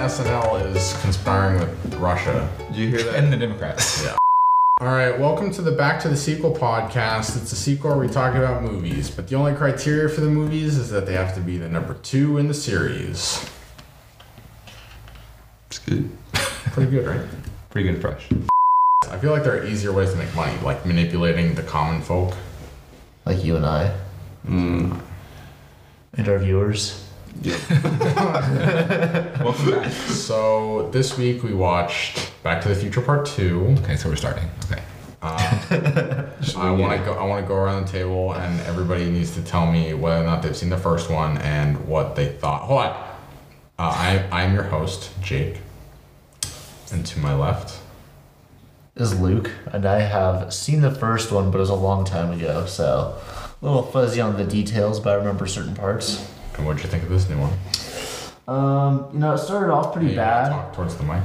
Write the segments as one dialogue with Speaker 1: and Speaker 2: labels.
Speaker 1: SNL is conspiring with Russia
Speaker 2: Did you hear
Speaker 3: and
Speaker 2: that?
Speaker 3: the Democrats.
Speaker 1: Yeah. All right, welcome to the Back to the Sequel podcast. It's a sequel where we talk about movies, but the only criteria for the movies is that they have to be the number two in the series.
Speaker 2: It's good.
Speaker 1: Pretty good, right?
Speaker 3: Pretty good fresh.
Speaker 1: I feel like there are easier ways to make money, like manipulating the common folk.
Speaker 4: Like you and I. And our viewers.
Speaker 3: Welcome back.
Speaker 1: So this week we watched Back to the Future Part Two.
Speaker 3: Okay, so we're starting. Okay.
Speaker 1: I want to go. I want to go around the table, and everybody needs to tell me whether or not they've seen the first one and what they thought. Hold on. Uh, I I'm your host, Jake, and to my left.
Speaker 4: This is Luke, and I have seen the first one, but it was a long time ago, so a little fuzzy on the details, but I remember certain parts.
Speaker 1: And what'd you think of this new one?
Speaker 4: Um, you know, it started off pretty
Speaker 1: Hey, you wanna
Speaker 4: bad.
Speaker 1: Talk towards the mic.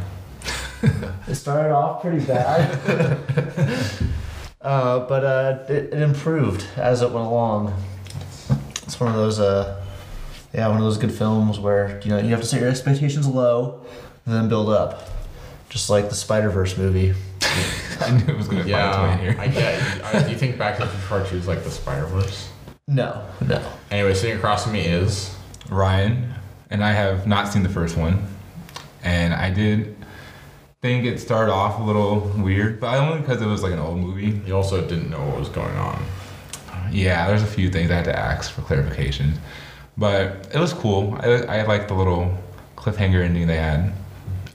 Speaker 4: It started off pretty bad. uh, but uh, it, it improved as it went along. It's one of those, uh, yeah, one of those good films where you know you have to set your expectations low, and then build up, just like the Spider Verse movie.
Speaker 3: I knew it was going to find its way in
Speaker 1: Yeah,
Speaker 3: here.
Speaker 1: I get. I, do you think Back to the Future Part Two is like the Spider Verse?
Speaker 4: No, no.
Speaker 1: Anyway, sitting across from me is
Speaker 3: Ryan and I have not seen the first one, and I did think it started off a little weird, but only because it was like an old movie.
Speaker 1: you also didn't know what was going on.
Speaker 3: Yeah, there's a few things I had to ask for clarification, but it was cool. I, I liked the little cliffhanger ending they had.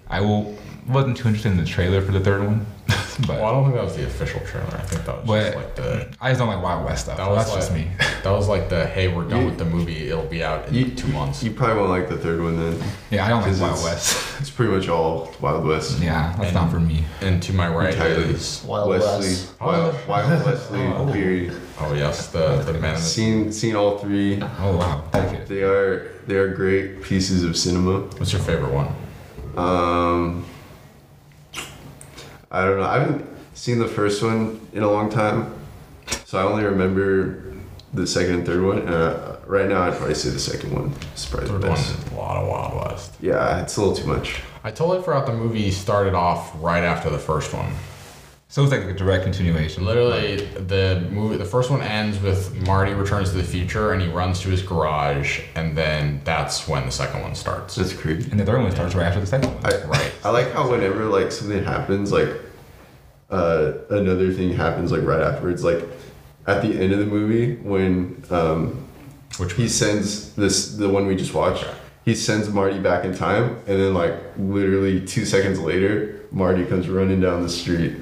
Speaker 3: I will, wasn't too interested in the trailer for the third one,
Speaker 1: Well, I
Speaker 3: but
Speaker 1: don't think that was the official trailer. I think that was just
Speaker 3: But-
Speaker 1: like the
Speaker 3: I just don't like Wild West stuff.
Speaker 1: That
Speaker 3: so
Speaker 1: was
Speaker 3: that's just
Speaker 1: like-
Speaker 3: me.
Speaker 1: that was like the hey, we're done
Speaker 2: You-
Speaker 1: with the movie. It'll be out in
Speaker 2: you-
Speaker 1: two months.
Speaker 2: You probably won't like the third one then.
Speaker 3: Yeah, I don't like
Speaker 2: Because
Speaker 3: Wild
Speaker 2: it's-
Speaker 3: West.
Speaker 2: It's pretty much all Wild West.
Speaker 3: Yeah, that's
Speaker 1: And-
Speaker 3: not for me.
Speaker 1: And to my right
Speaker 2: Entirely.
Speaker 1: is
Speaker 4: Wild
Speaker 2: Wesley.
Speaker 4: West.
Speaker 2: Wild, Wild Wesley. Period.
Speaker 1: oh yes, the the man in the,
Speaker 2: Seen seen all three.
Speaker 3: Oh wow, take it.
Speaker 2: They are they are great pieces of cinema.
Speaker 1: what's your favorite one?
Speaker 2: Um, I don't know. I haven't seen the first one in a long time, so I only remember the second and third one. Uh, right now, I'd probably say the second one. is probably the
Speaker 1: Third one
Speaker 2: best.
Speaker 1: is a lot of Wild West.
Speaker 2: Yeah, it's a little too much.
Speaker 1: I totally forgot the movie started off right after the first one.
Speaker 3: So it's like a direct continuation.
Speaker 1: Literally, the movie, the first one ends with Marty returns to the future and he runs to his garage, and then that's when the second one starts.
Speaker 2: That's creepy.
Speaker 3: And the third one starts right after the second one.
Speaker 2: I,
Speaker 1: Right.
Speaker 2: I like how whenever like something happens, like uh, another thing happens like right afterwards. Like at the end of the movie, when um,
Speaker 1: Which
Speaker 2: he sends this the one we just watched. He sends Marty back in time, and then like literally two seconds later, Marty comes running down the street.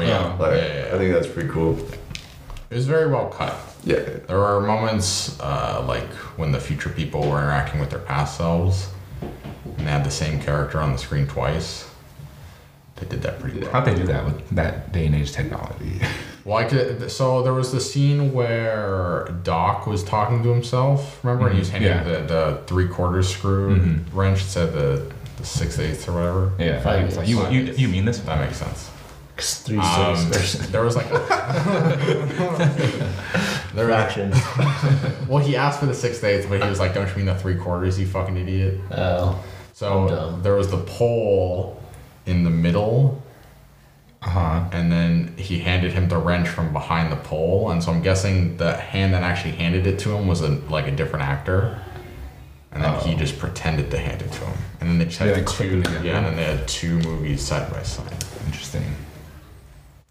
Speaker 3: Oh,
Speaker 1: yeah, yeah,
Speaker 2: Like
Speaker 1: yeah, yeah.
Speaker 2: I think that's pretty cool.
Speaker 1: it was very well cut.
Speaker 2: Yeah,
Speaker 1: There are moments uh, like when the future people were interacting with their past selves and they had the same character on the screen twice. They did that pretty well.
Speaker 3: How'd they do that with that day and age technology?
Speaker 1: Well, I could, so there was the scene where Doc was talking to himself. Remember, and he was handing
Speaker 3: Mm-hmm. yeah. Mm-hmm.
Speaker 1: the, the three quarters screw wrench. It said the, the six eighths or whatever.
Speaker 3: Yeah,
Speaker 4: Five
Speaker 3: it's like,
Speaker 4: years.
Speaker 3: you, you, you mean this?
Speaker 1: That makes sense.
Speaker 4: 'Cause three
Speaker 1: Um,
Speaker 4: six
Speaker 1: there was like a, there was,
Speaker 4: fraction.
Speaker 1: well, he asked for the six eighths, but he was like, "Don't you mean the three quarters? You fucking idiot!"
Speaker 4: Oh, I'm
Speaker 1: So
Speaker 4: dumb.
Speaker 1: there was the pole in the middle,
Speaker 3: Uh huh.
Speaker 1: and then he handed him the wrench from behind the pole. And so I'm guessing the hand that actually handed it to him was a, like a different actor, and then he just pretended to hand it to him. And then they just had
Speaker 3: Yeah, they clicked
Speaker 1: two,
Speaker 3: it together.
Speaker 1: yeah, and then they had two movies side by side.
Speaker 3: Interesting.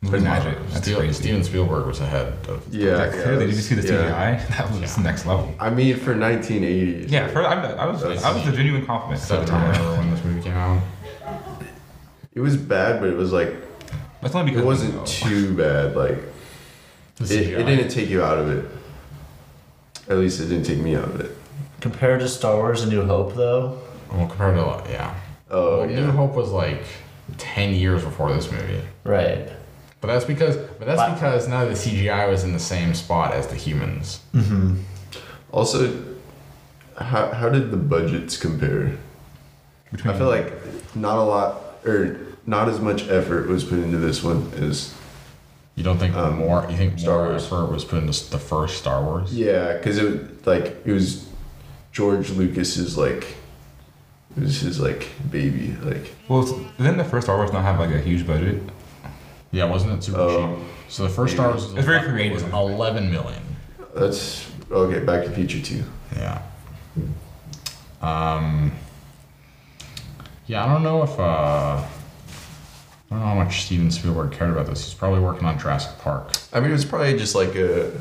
Speaker 3: Movie magic. That's
Speaker 1: Steel-
Speaker 3: crazy.
Speaker 1: Steven Spielberg was ahead of.
Speaker 2: yeah.
Speaker 3: Like, clearly, did you see the CGI?
Speaker 2: yeah.
Speaker 3: That was next level.
Speaker 2: I mean, for 1980.
Speaker 3: Yeah, for, I, I was I was a genuine compliment at the
Speaker 1: Seven or
Speaker 3: time.
Speaker 1: whatever when this movie came out.
Speaker 2: it was bad, but it was like
Speaker 3: That's only because
Speaker 2: it wasn't
Speaker 3: too.
Speaker 2: too bad. Like
Speaker 1: The
Speaker 2: it, it
Speaker 1: CGI.
Speaker 2: didn't take you out of it. At least it didn't take me out of it.
Speaker 4: compared to Star Wars: A New Hope, though,
Speaker 1: Well, compared to like, yeah.
Speaker 2: Oh
Speaker 1: well,
Speaker 2: yeah.
Speaker 1: New Hope was like ten years before this movie.
Speaker 4: right?
Speaker 1: But that's because, but that's
Speaker 4: But-
Speaker 1: because none of the CGI was in the same spot as the humans.
Speaker 2: Also, how how did the budgets compare?
Speaker 3: Between-
Speaker 2: I feel like not a lot or not as much effort was put into this one as
Speaker 1: You don't think
Speaker 2: Um,
Speaker 1: more? You think
Speaker 2: Star
Speaker 1: more
Speaker 2: Wars.
Speaker 1: effort was put into s- the first Star Wars?
Speaker 2: yeah because it like it was George Lucas's like It was his like baby, like
Speaker 3: Well, it's- didn't the first Star Wars not have like a huge budget?
Speaker 1: Yeah, wasn't it super
Speaker 2: Oh.
Speaker 1: cheap? So the first Star Wars was
Speaker 3: It's very
Speaker 1: ele-
Speaker 3: creative.
Speaker 1: was Eleven million.
Speaker 2: that's okay. Back to Future Two.
Speaker 1: Yeah. Um. Yeah, I don't know if uh, I don't know how much Steven Spielberg cared about this. He's probably working on Jurassic Park.
Speaker 2: I mean, it was probably just like a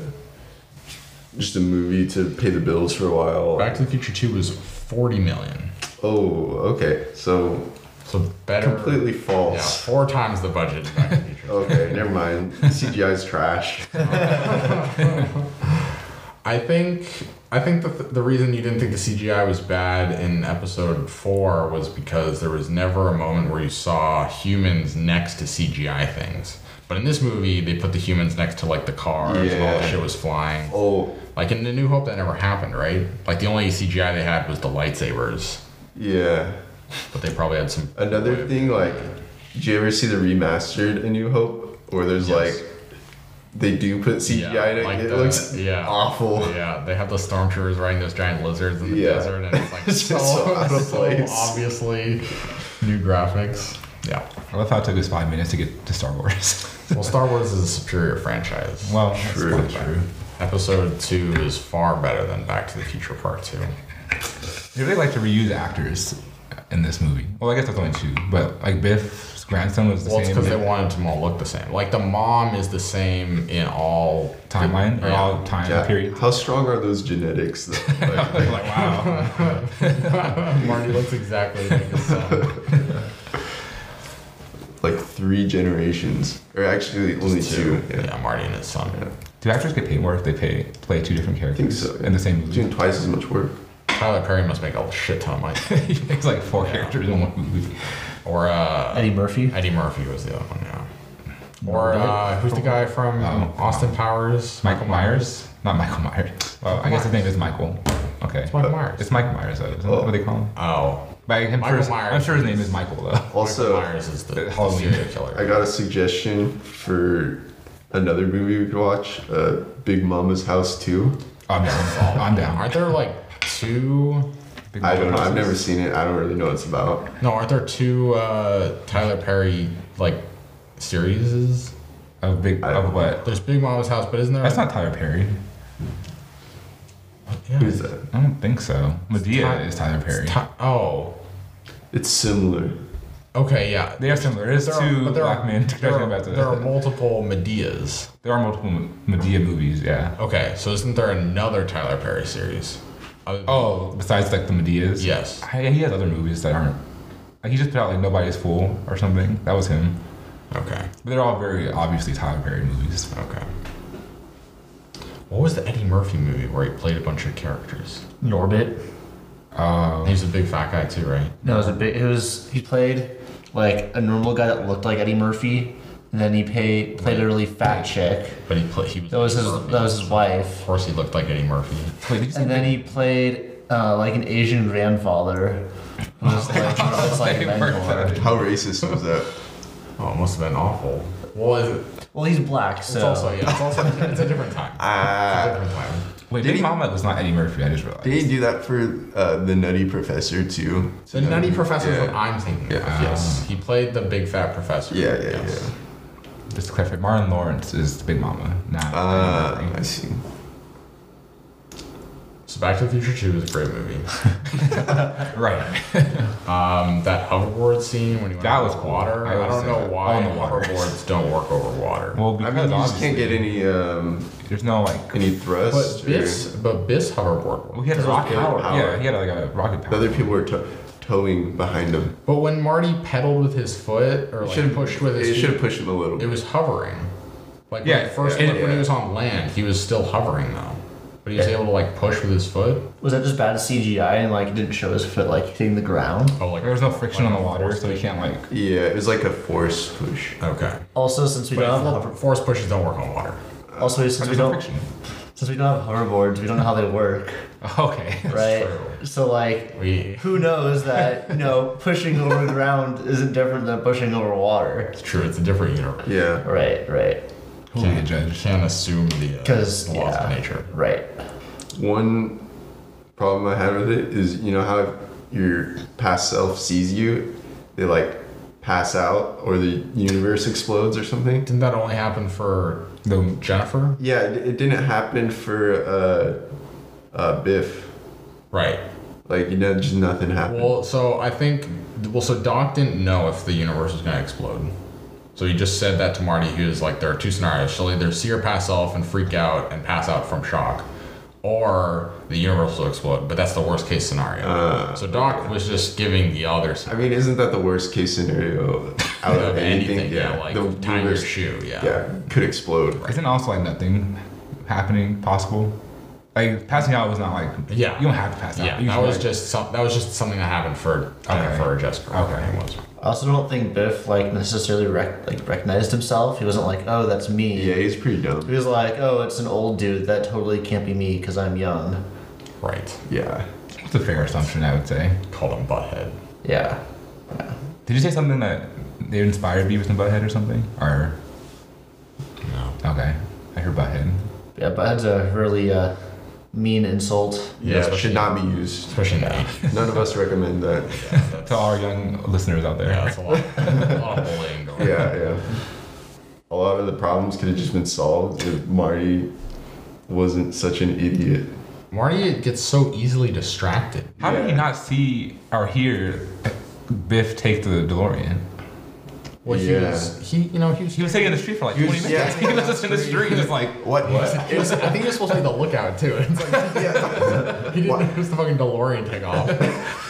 Speaker 2: just a movie to pay the bills for a while.
Speaker 1: Back to the Future Two was forty million.
Speaker 2: Oh, okay. So
Speaker 1: So better.
Speaker 2: completely
Speaker 1: Yeah,
Speaker 2: false.
Speaker 1: four times the budget. of Back to the Future.
Speaker 2: Okay, never mind. CGI's trash.
Speaker 1: I think I think that the, the reason you didn't think the CGI was bad in episode four was because there was never a moment where you saw humans next to CGI things. But in this movie, they put the humans next to like the cars and all the
Speaker 2: Yeah.
Speaker 1: shit was flying.
Speaker 2: Oh,
Speaker 1: Like in The New Hope, that never happened, right? Like the only CGI they had was the lightsabers,
Speaker 2: yeah.
Speaker 1: but they probably had some.
Speaker 2: Another thing, like, did you ever see the remastered A New Hope? Where there's
Speaker 1: Yes.
Speaker 2: like, they do put CGI in it.
Speaker 1: like
Speaker 2: it
Speaker 1: the-
Speaker 2: looks
Speaker 1: yeah.
Speaker 2: awful.
Speaker 1: Yeah, they have the stormtroopers riding those giant lizards in the
Speaker 2: Yeah.
Speaker 1: desert, and it's like
Speaker 2: It's
Speaker 1: so,
Speaker 2: just so out of
Speaker 1: so
Speaker 2: place.
Speaker 1: obviously new graphics. Yeah.
Speaker 3: I love how it took us five minutes to get to Star Wars.
Speaker 1: Well, Star Wars is a superior franchise.
Speaker 3: well, that's
Speaker 2: True,
Speaker 3: quite
Speaker 2: true.
Speaker 3: bad.
Speaker 1: Episode two is far better than Back to the Future Part Two.
Speaker 3: They really like to reuse actors in this movie. Well, I guess that's only two, but like Biff's grandson was the
Speaker 1: Well, it's
Speaker 3: same.
Speaker 1: because they wanted them all look the same. Like the mom is the same in all
Speaker 3: timeline or
Speaker 1: Yeah.
Speaker 3: all time
Speaker 2: Yeah.
Speaker 3: period.
Speaker 2: How strong are those genetics? Though? Like,
Speaker 3: like wow.
Speaker 1: Oh. Marty looks exactly like his son.
Speaker 2: like three generations, or actually only two. Yeah.
Speaker 1: Yeah, Marty and his son.
Speaker 3: Do actors get paid more if they pay, play two different
Speaker 2: I
Speaker 3: characters
Speaker 2: think so.
Speaker 3: in the same movie?
Speaker 2: Doing twice as much work.
Speaker 1: Tyler Perry must make a shit ton of money.
Speaker 3: he makes like four characters in one movie.
Speaker 1: Or uh,
Speaker 4: Eddie Murphy.
Speaker 1: Eddie Murphy was the other one. Yeah. Or uh, who's the guy from
Speaker 3: Oh.
Speaker 1: Austin Powers?
Speaker 3: Michael Myers? Not Michael Myers. Well, I guess his name is Michael. Okay.
Speaker 1: It's Michael Myers.
Speaker 3: It's Michael Myers, though. Isn't that what they call him?
Speaker 1: oh,
Speaker 3: But I'm,
Speaker 1: Michael
Speaker 3: sure his,
Speaker 1: Myers
Speaker 3: I'm sure his
Speaker 1: is-
Speaker 3: name is Michael, though.
Speaker 2: Also,
Speaker 1: Michael Myers is the, the
Speaker 3: uh, Halloween.
Speaker 1: serial killer.
Speaker 2: I got a suggestion for another movie we could watch: uh, Big Mama's House Two.
Speaker 3: Oh, I'm down. I'm down.
Speaker 1: Aren't there like two?
Speaker 3: Big
Speaker 2: I
Speaker 3: Mama
Speaker 2: don't know. I've
Speaker 3: houses.
Speaker 2: never seen it. I don't really know what it's about.
Speaker 1: No, aren't there two uh, Tyler Perry like series?
Speaker 3: Of big.
Speaker 2: I-
Speaker 3: Of what?
Speaker 1: There's Big Mama's House, but isn't there?
Speaker 3: That's not Tyler Perry.
Speaker 1: Yeah.
Speaker 2: Who's that?
Speaker 3: I don't think so. Medea
Speaker 1: Ty-
Speaker 3: is Tyler Perry.
Speaker 1: Ty- oh,
Speaker 2: It's similar.
Speaker 1: okay, yeah.
Speaker 3: they are similar. It's
Speaker 1: There
Speaker 3: two
Speaker 1: are- but there
Speaker 3: black
Speaker 1: are-
Speaker 3: men
Speaker 1: There
Speaker 3: talking
Speaker 1: are,
Speaker 3: about the,
Speaker 1: there are multiple Medeas.
Speaker 3: there are multiple Medea movies. Yeah.
Speaker 1: Okay, so isn't there another Tyler Perry series? Other than-
Speaker 3: Oh, besides like the Medeas.
Speaker 1: yes.
Speaker 3: I, he has other movies that aren't. Like he just put out like Nobody's Fool or something. That was him.
Speaker 1: Okay.
Speaker 3: But they're all very obviously Tyler Perry movies.
Speaker 1: Okay. What was the Eddie Murphy movie where he played a bunch of characters?
Speaker 4: Norbit.
Speaker 3: Um,
Speaker 1: He was a big fat guy too, right?
Speaker 4: No, it was a big. It was he played like a normal guy that looked like Eddie Murphy, and then he paid, played a really fat chick.
Speaker 1: But he played. He was.
Speaker 4: That was his.
Speaker 1: Eddie Murphy.
Speaker 4: That was his
Speaker 1: Of
Speaker 4: wife.
Speaker 1: course, he looked like Eddie Murphy.
Speaker 3: wait, did you see
Speaker 4: And then he played uh, like an Asian grandfather. It was like, it was like a
Speaker 3: They worked
Speaker 4: mentor.
Speaker 3: that.
Speaker 2: How racist was that?
Speaker 1: Oh, it must have been awful. Well, it,
Speaker 4: Well, he's black,
Speaker 1: it's
Speaker 4: so
Speaker 1: also yeah, it's also it's a different time. It's a
Speaker 2: Ah.
Speaker 1: different time.
Speaker 3: Wait,
Speaker 2: Did
Speaker 3: Big
Speaker 2: he-
Speaker 3: Mama was not Eddie Murphy. I just realized.
Speaker 2: Did he do that for uh, the Nutty Professor too?
Speaker 1: The Nutty Professor is
Speaker 2: Yeah.
Speaker 1: what I'm thinking.
Speaker 2: Yeah.
Speaker 1: Of. Yes, he played the big fat professor.
Speaker 2: Yeah, yeah,
Speaker 1: Yes.
Speaker 3: Just to clarify, Martin Lawrence is the Big Mama, not
Speaker 2: yeah. Uh,
Speaker 3: Eddie
Speaker 2: I
Speaker 3: Murphy.
Speaker 2: see.
Speaker 1: So Back to the Future Two is a great movie.
Speaker 3: Right.
Speaker 1: Um, that hoverboard scene when you went
Speaker 3: That
Speaker 1: over
Speaker 3: was
Speaker 1: the
Speaker 3: cool.
Speaker 1: water.
Speaker 3: I
Speaker 1: I,
Speaker 3: was
Speaker 1: don't know
Speaker 3: there.
Speaker 1: why
Speaker 3: On the water.
Speaker 1: hoverboards don't work over water.
Speaker 3: Well,
Speaker 2: I
Speaker 3: because
Speaker 2: mean, you just
Speaker 3: obviously
Speaker 2: can't get any um,
Speaker 3: there's no like.
Speaker 2: any
Speaker 1: but
Speaker 2: thrust. or-
Speaker 1: Biff's but Biff's hoverboard.
Speaker 3: Well,
Speaker 1: worked.
Speaker 3: he had a
Speaker 2: There was
Speaker 3: rocket power.
Speaker 2: power.
Speaker 3: Yeah, he had like a rocket
Speaker 2: The
Speaker 3: power.
Speaker 2: other people were to- towing behind him.
Speaker 1: But when Marty pedaled with his foot or like
Speaker 2: Should've-
Speaker 1: pushed with
Speaker 2: It
Speaker 1: his
Speaker 2: should
Speaker 1: feet,
Speaker 2: have pushed him a little.
Speaker 1: it
Speaker 2: bit.
Speaker 1: was hovering. Like when
Speaker 3: Yeah,
Speaker 1: he first
Speaker 3: yeah,
Speaker 1: when
Speaker 2: yeah.
Speaker 1: he was on land, he was still hovering though. But he was able to like push with his foot.
Speaker 4: was that just bad CGI and like it didn't show his foot like hitting the ground?
Speaker 1: Oh, like
Speaker 3: There was no friction on the water, so he can't like.
Speaker 2: Yeah, it was like a force push.
Speaker 1: Okay.
Speaker 4: Also, since we
Speaker 1: But
Speaker 4: don't have
Speaker 1: hover- force pushes don't work on water.
Speaker 4: hover- also since we
Speaker 3: There's no
Speaker 4: don't
Speaker 3: friction.
Speaker 4: since we don't have hoverboards, we don't know how they work,
Speaker 3: Okay.
Speaker 4: right?
Speaker 1: true.
Speaker 4: So like,
Speaker 1: We
Speaker 4: who knows that you know pushing over ground isn't different than pushing over water?
Speaker 1: it's true. It's a different universe.
Speaker 2: Yeah.
Speaker 4: Right, right,
Speaker 3: Who will be a judge?
Speaker 1: Can't assume the uh,
Speaker 4: 'Cause,
Speaker 1: laws
Speaker 4: yeah.
Speaker 1: of nature.
Speaker 4: right.
Speaker 2: One problem I had with it is you know how your past self sees you, they like pass out or the universe explodes or something.
Speaker 1: Didn't that only happen for
Speaker 3: The
Speaker 1: Jennifer?
Speaker 2: Yeah, it, it didn't happen for uh, uh, Biff.
Speaker 1: Right.
Speaker 2: Like you know, just nothing happened.
Speaker 1: Well, so I think, well, so Doc didn't know if the universe was going to explode. So he just said that to Marty. He was like, there are two scenarios. She'll either see her pass off and freak out and pass out from shock, or the universe will explode. But that's the worst case scenario.
Speaker 2: Uh,
Speaker 1: so Doc was just giving the other
Speaker 2: I
Speaker 1: side
Speaker 2: mean, isn't that the worst case scenario out
Speaker 1: of
Speaker 2: of
Speaker 1: anything.
Speaker 2: anything?
Speaker 1: Yeah, like
Speaker 2: the
Speaker 1: tying your
Speaker 2: universe-
Speaker 1: shoe. Yeah.
Speaker 2: Yeah, could explode.
Speaker 3: Isn't also like nothing happening possible? Like passing out was not like
Speaker 1: Yeah.
Speaker 3: You don't have to pass out.
Speaker 1: Yeah,
Speaker 3: You
Speaker 1: that
Speaker 3: can,
Speaker 1: was
Speaker 3: like-
Speaker 1: just some, that was just something that happened for Jennifer or Jessica. or
Speaker 3: Okay.
Speaker 1: whatever it was.
Speaker 4: I also don't think Biff like necessarily rec- like recognized himself. He wasn't like, oh, that's me.
Speaker 2: Yeah, he's pretty
Speaker 4: He
Speaker 2: dumb.
Speaker 4: was like, oh, it's an old dude. That totally can't be me because I'm young.
Speaker 1: Right.
Speaker 2: Yeah.
Speaker 3: It's a fair assumption, I would say.
Speaker 1: Called him Butthead.
Speaker 4: Yeah.
Speaker 3: Did you say something that they inspired Beavis and Butthead or something? Or
Speaker 1: No.
Speaker 3: okay, I heard Butthead.
Speaker 4: Yeah, but that's a really uh, mean insult.
Speaker 2: Yeah, it should not be used.
Speaker 1: Especially now.
Speaker 2: None of us recommend that.
Speaker 3: To all our young listeners out there,
Speaker 1: Yeah, that's a lot, a lot of bullying going on.
Speaker 2: Yeah, yeah. A lot of the problems could have just been solved if Marty wasn't such an idiot.
Speaker 1: Marty gets so easily distracted.
Speaker 3: how did
Speaker 2: Yeah.
Speaker 3: you not see or hear Biff take the DeLorean?
Speaker 1: Well, he
Speaker 2: Yeah.
Speaker 1: was he you know he was
Speaker 3: He was sitting in the street for like
Speaker 2: He was-
Speaker 3: 20 minutes.
Speaker 2: yeah.
Speaker 3: he was just in the street, just like
Speaker 2: What? What?
Speaker 1: It was, I think it was supposed to be the lookout too. It's like he didn't
Speaker 2: Why-
Speaker 1: notice the fucking DeLorean take off.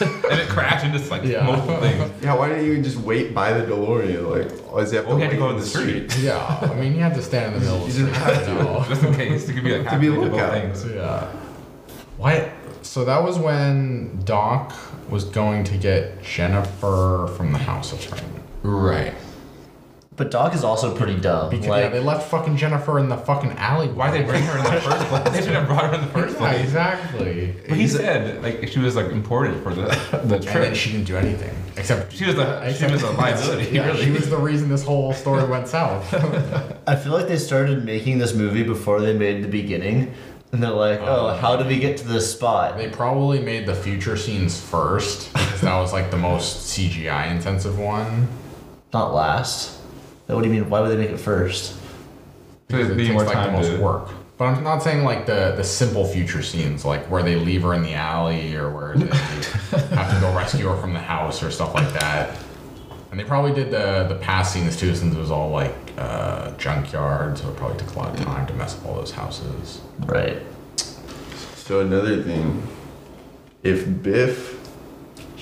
Speaker 3: and it crashed and just like
Speaker 1: Yeah.
Speaker 3: multiple things.
Speaker 2: Yeah, why didn't you just wait by the DeLorean? Like, why does he have to
Speaker 3: Well, he
Speaker 2: wait
Speaker 3: had to go
Speaker 2: in the street?
Speaker 1: Yeah, I mean you have to stand in the middle of the street. No.
Speaker 3: just in case it could be like
Speaker 2: To be a
Speaker 3: halfway both
Speaker 2: lookout.
Speaker 3: things.
Speaker 1: So, yeah. Why? So that was when Doc was going to get Jennifer from the house of Training.
Speaker 3: Right.
Speaker 4: But Doc is also pretty dumb.
Speaker 1: Because yeah,
Speaker 4: like,
Speaker 1: they left fucking Jennifer in the fucking alley.
Speaker 3: Why they bring her in the first place? They should have brought her in the first
Speaker 1: Yeah,
Speaker 3: place.
Speaker 1: exactly.
Speaker 3: But he said like she was like imported for the the
Speaker 1: And then
Speaker 3: trip.
Speaker 1: she didn't do anything except
Speaker 3: She was a she was a liability.
Speaker 1: Yeah,
Speaker 3: really.
Speaker 1: she was the reason this whole story went south.
Speaker 4: I feel like they started making this movie before they made the beginning. And they're like, oh, how did we get to this spot?
Speaker 1: they probably made the future scenes first because that was like the most CGI intensive one.
Speaker 4: Not last. What do you mean? Why would they make it first?
Speaker 1: Because
Speaker 3: It'd
Speaker 1: it
Speaker 3: be
Speaker 1: takes
Speaker 3: more
Speaker 1: like
Speaker 3: time
Speaker 1: the most
Speaker 3: to-
Speaker 1: work. But I'm not saying like the the simple future scenes, like where they leave her in the alley or where they have to go rescue her from the house or stuff like that. And they probably did the the past scenes too, since it was all like uh, junkyard, so it probably took a lot of time to mess up all those houses.
Speaker 4: Right.
Speaker 2: So another thing, if Biff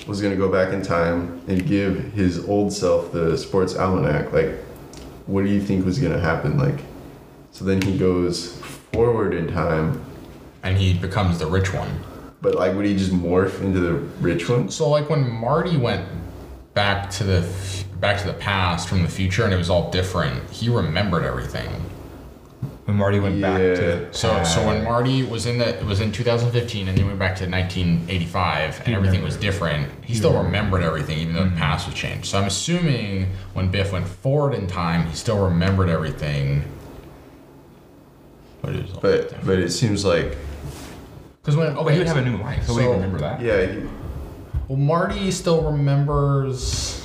Speaker 2: was gonna go back in time and give his old self the sports almanac, like, what do you think was gonna happen? Like, so then he goes forward in time,
Speaker 1: And he becomes the rich one.
Speaker 2: but like, would he just morph into the rich one?
Speaker 1: So like when Marty went back to the f- back to the past from the future and it was all different, he remembered everything.
Speaker 3: When Marty went back
Speaker 2: Yeah.
Speaker 3: to
Speaker 1: So so when
Speaker 3: Ah.
Speaker 1: Marty was in the was in 2015 and then went back to 1985 and everything was different, he still remembered everything even though
Speaker 3: Mm.
Speaker 1: the past was changed. So I'm assuming when Biff went forward in time, he still remembered everything. But it was all
Speaker 2: But
Speaker 1: different.
Speaker 2: but it seems like
Speaker 1: because when
Speaker 3: oh, but he would have a new life. He'll
Speaker 1: So-
Speaker 3: remember that.
Speaker 2: yeah. He,
Speaker 1: well Marty still remembers.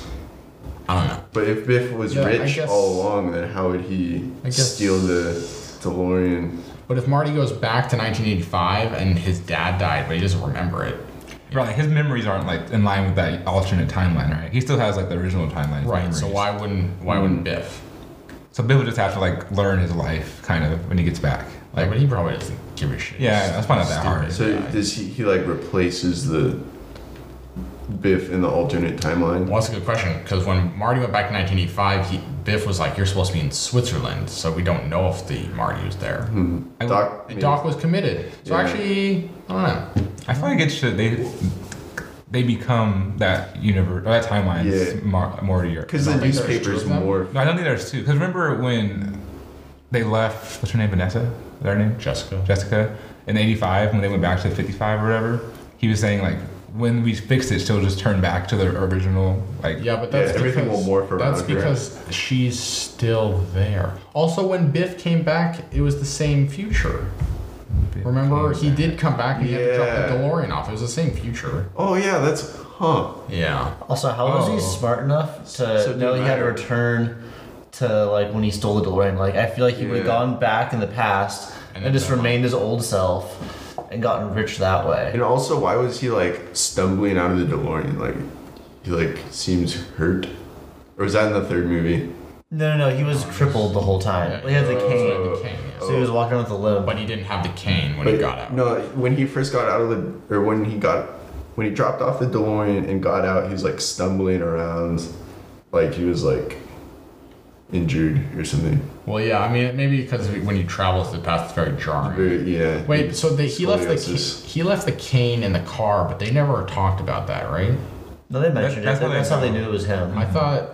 Speaker 1: I don't know.
Speaker 2: but if Biff was
Speaker 1: Yeah, I
Speaker 2: rich
Speaker 1: guess-
Speaker 2: all along, then how would he
Speaker 1: I guess-
Speaker 2: steal the DeLorean?
Speaker 1: But if Marty goes back to 1985 and his dad died, but he doesn't remember it.
Speaker 3: Right, like his memories aren't like in line with that alternate timeline, right? He still has like the original timeline. his
Speaker 1: Right. So
Speaker 3: memories.
Speaker 1: why wouldn't why wouldn't Biff?
Speaker 3: So Bill would just have to like learn his life kind of when he gets back.
Speaker 1: Like,
Speaker 3: Like,
Speaker 1: but he probably doesn't give a shit.
Speaker 3: Yeah, that's probably not that hard.
Speaker 1: Stupid
Speaker 2: So
Speaker 1: guy.
Speaker 2: does he, he like replaces the Biff in the alternate timeline?
Speaker 1: well, that's a good question because when Marty went back in 1985, he, Biff was like, "You're supposed to be in Switzerland," so we don't know if the Marty was there.
Speaker 3: I,
Speaker 2: Hmm. Doc,
Speaker 1: And Doc was committed, so
Speaker 2: Yeah.
Speaker 1: actually, I don't know.
Speaker 3: I feel like it should they they become that universe or that timeline.
Speaker 2: Yeah.
Speaker 3: Mar- Morty or
Speaker 2: because the
Speaker 1: think there's
Speaker 2: newspapers
Speaker 1: two of them.
Speaker 2: more.
Speaker 3: no, I don't think there's two. Because remember when they left? What's her name? Vanessa. Is that her name?
Speaker 1: Jessica.
Speaker 3: Jessica in '85 when they went back to '55 or whatever. He was saying like when we fix it, she'll just turn back to the original like.
Speaker 1: Yeah, but
Speaker 2: Yeah,
Speaker 1: that's
Speaker 2: everything
Speaker 1: because,
Speaker 2: will morph around,
Speaker 1: That's
Speaker 2: correct.
Speaker 1: because she's still there. Also, when Biff came back, it was the same future. Remember, he did come back and he had to drop
Speaker 2: Yeah.
Speaker 1: the DeLorean off. It was the same future.
Speaker 2: Oh yeah, that's huh.
Speaker 1: Yeah.
Speaker 4: Also, how was
Speaker 3: Oh.
Speaker 4: he smart enough to
Speaker 2: So it
Speaker 4: know
Speaker 2: didn't
Speaker 4: he had to
Speaker 2: matter.
Speaker 4: return to like when he stole the DeLorean? Like, I feel like he would have
Speaker 2: Yeah.
Speaker 4: gone back in the past
Speaker 1: And
Speaker 4: and,
Speaker 1: then
Speaker 4: just
Speaker 1: done
Speaker 4: remained his old self and gotten rich that way.
Speaker 2: And also, why was he like stumbling out of the DeLorean? Like, he like seems hurt. Or was that in the third movie?
Speaker 4: No, no, no. He was crippled the whole time. He had the
Speaker 2: Oh.
Speaker 4: cane,
Speaker 1: The cane, yeah.
Speaker 4: so he was walking with a limp.
Speaker 1: But he didn't have the cane when he
Speaker 2: But-
Speaker 1: got out.
Speaker 2: No, when he first got out of the, or when he got, when he dropped off the DeLorean and got out, he was like stumbling around, like he was like injured or something.
Speaker 1: Well, yeah, I mean, maybe because when you travel to the past, it's very jarring.
Speaker 2: Very- yeah.
Speaker 1: Wait, so they, he left the
Speaker 2: Scoliosis.
Speaker 1: ca- he left the cane in the car, but they never talked about that, right?
Speaker 4: No, they mentioned
Speaker 3: that's
Speaker 4: it.
Speaker 3: how they
Speaker 4: That's how they
Speaker 3: know.
Speaker 4: knew it was him.
Speaker 1: I thought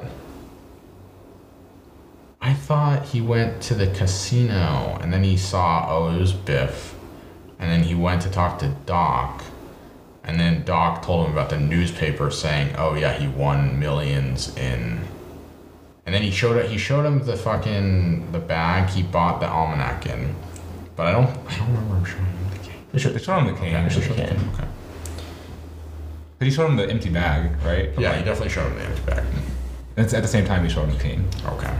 Speaker 1: I thought he went to the casino and then he saw oh it was Biff, and then he went to talk to Doc, and then Doc told him about the newspaper saying oh yeah he won millions in, and then he showed he showed him the fucking the bag he bought the almanac in, but I don't I don't remember him showing him the game.
Speaker 4: They should-
Speaker 3: They showed him the cane.
Speaker 1: Yeah,
Speaker 4: Actually,
Speaker 1: he showed him the
Speaker 4: can.
Speaker 1: game, Okay.
Speaker 3: He showed him the empty bag, right?
Speaker 1: Yeah, he definitely showed him the empty bag.
Speaker 3: It's at the same time he showed him the cane.
Speaker 1: Okay.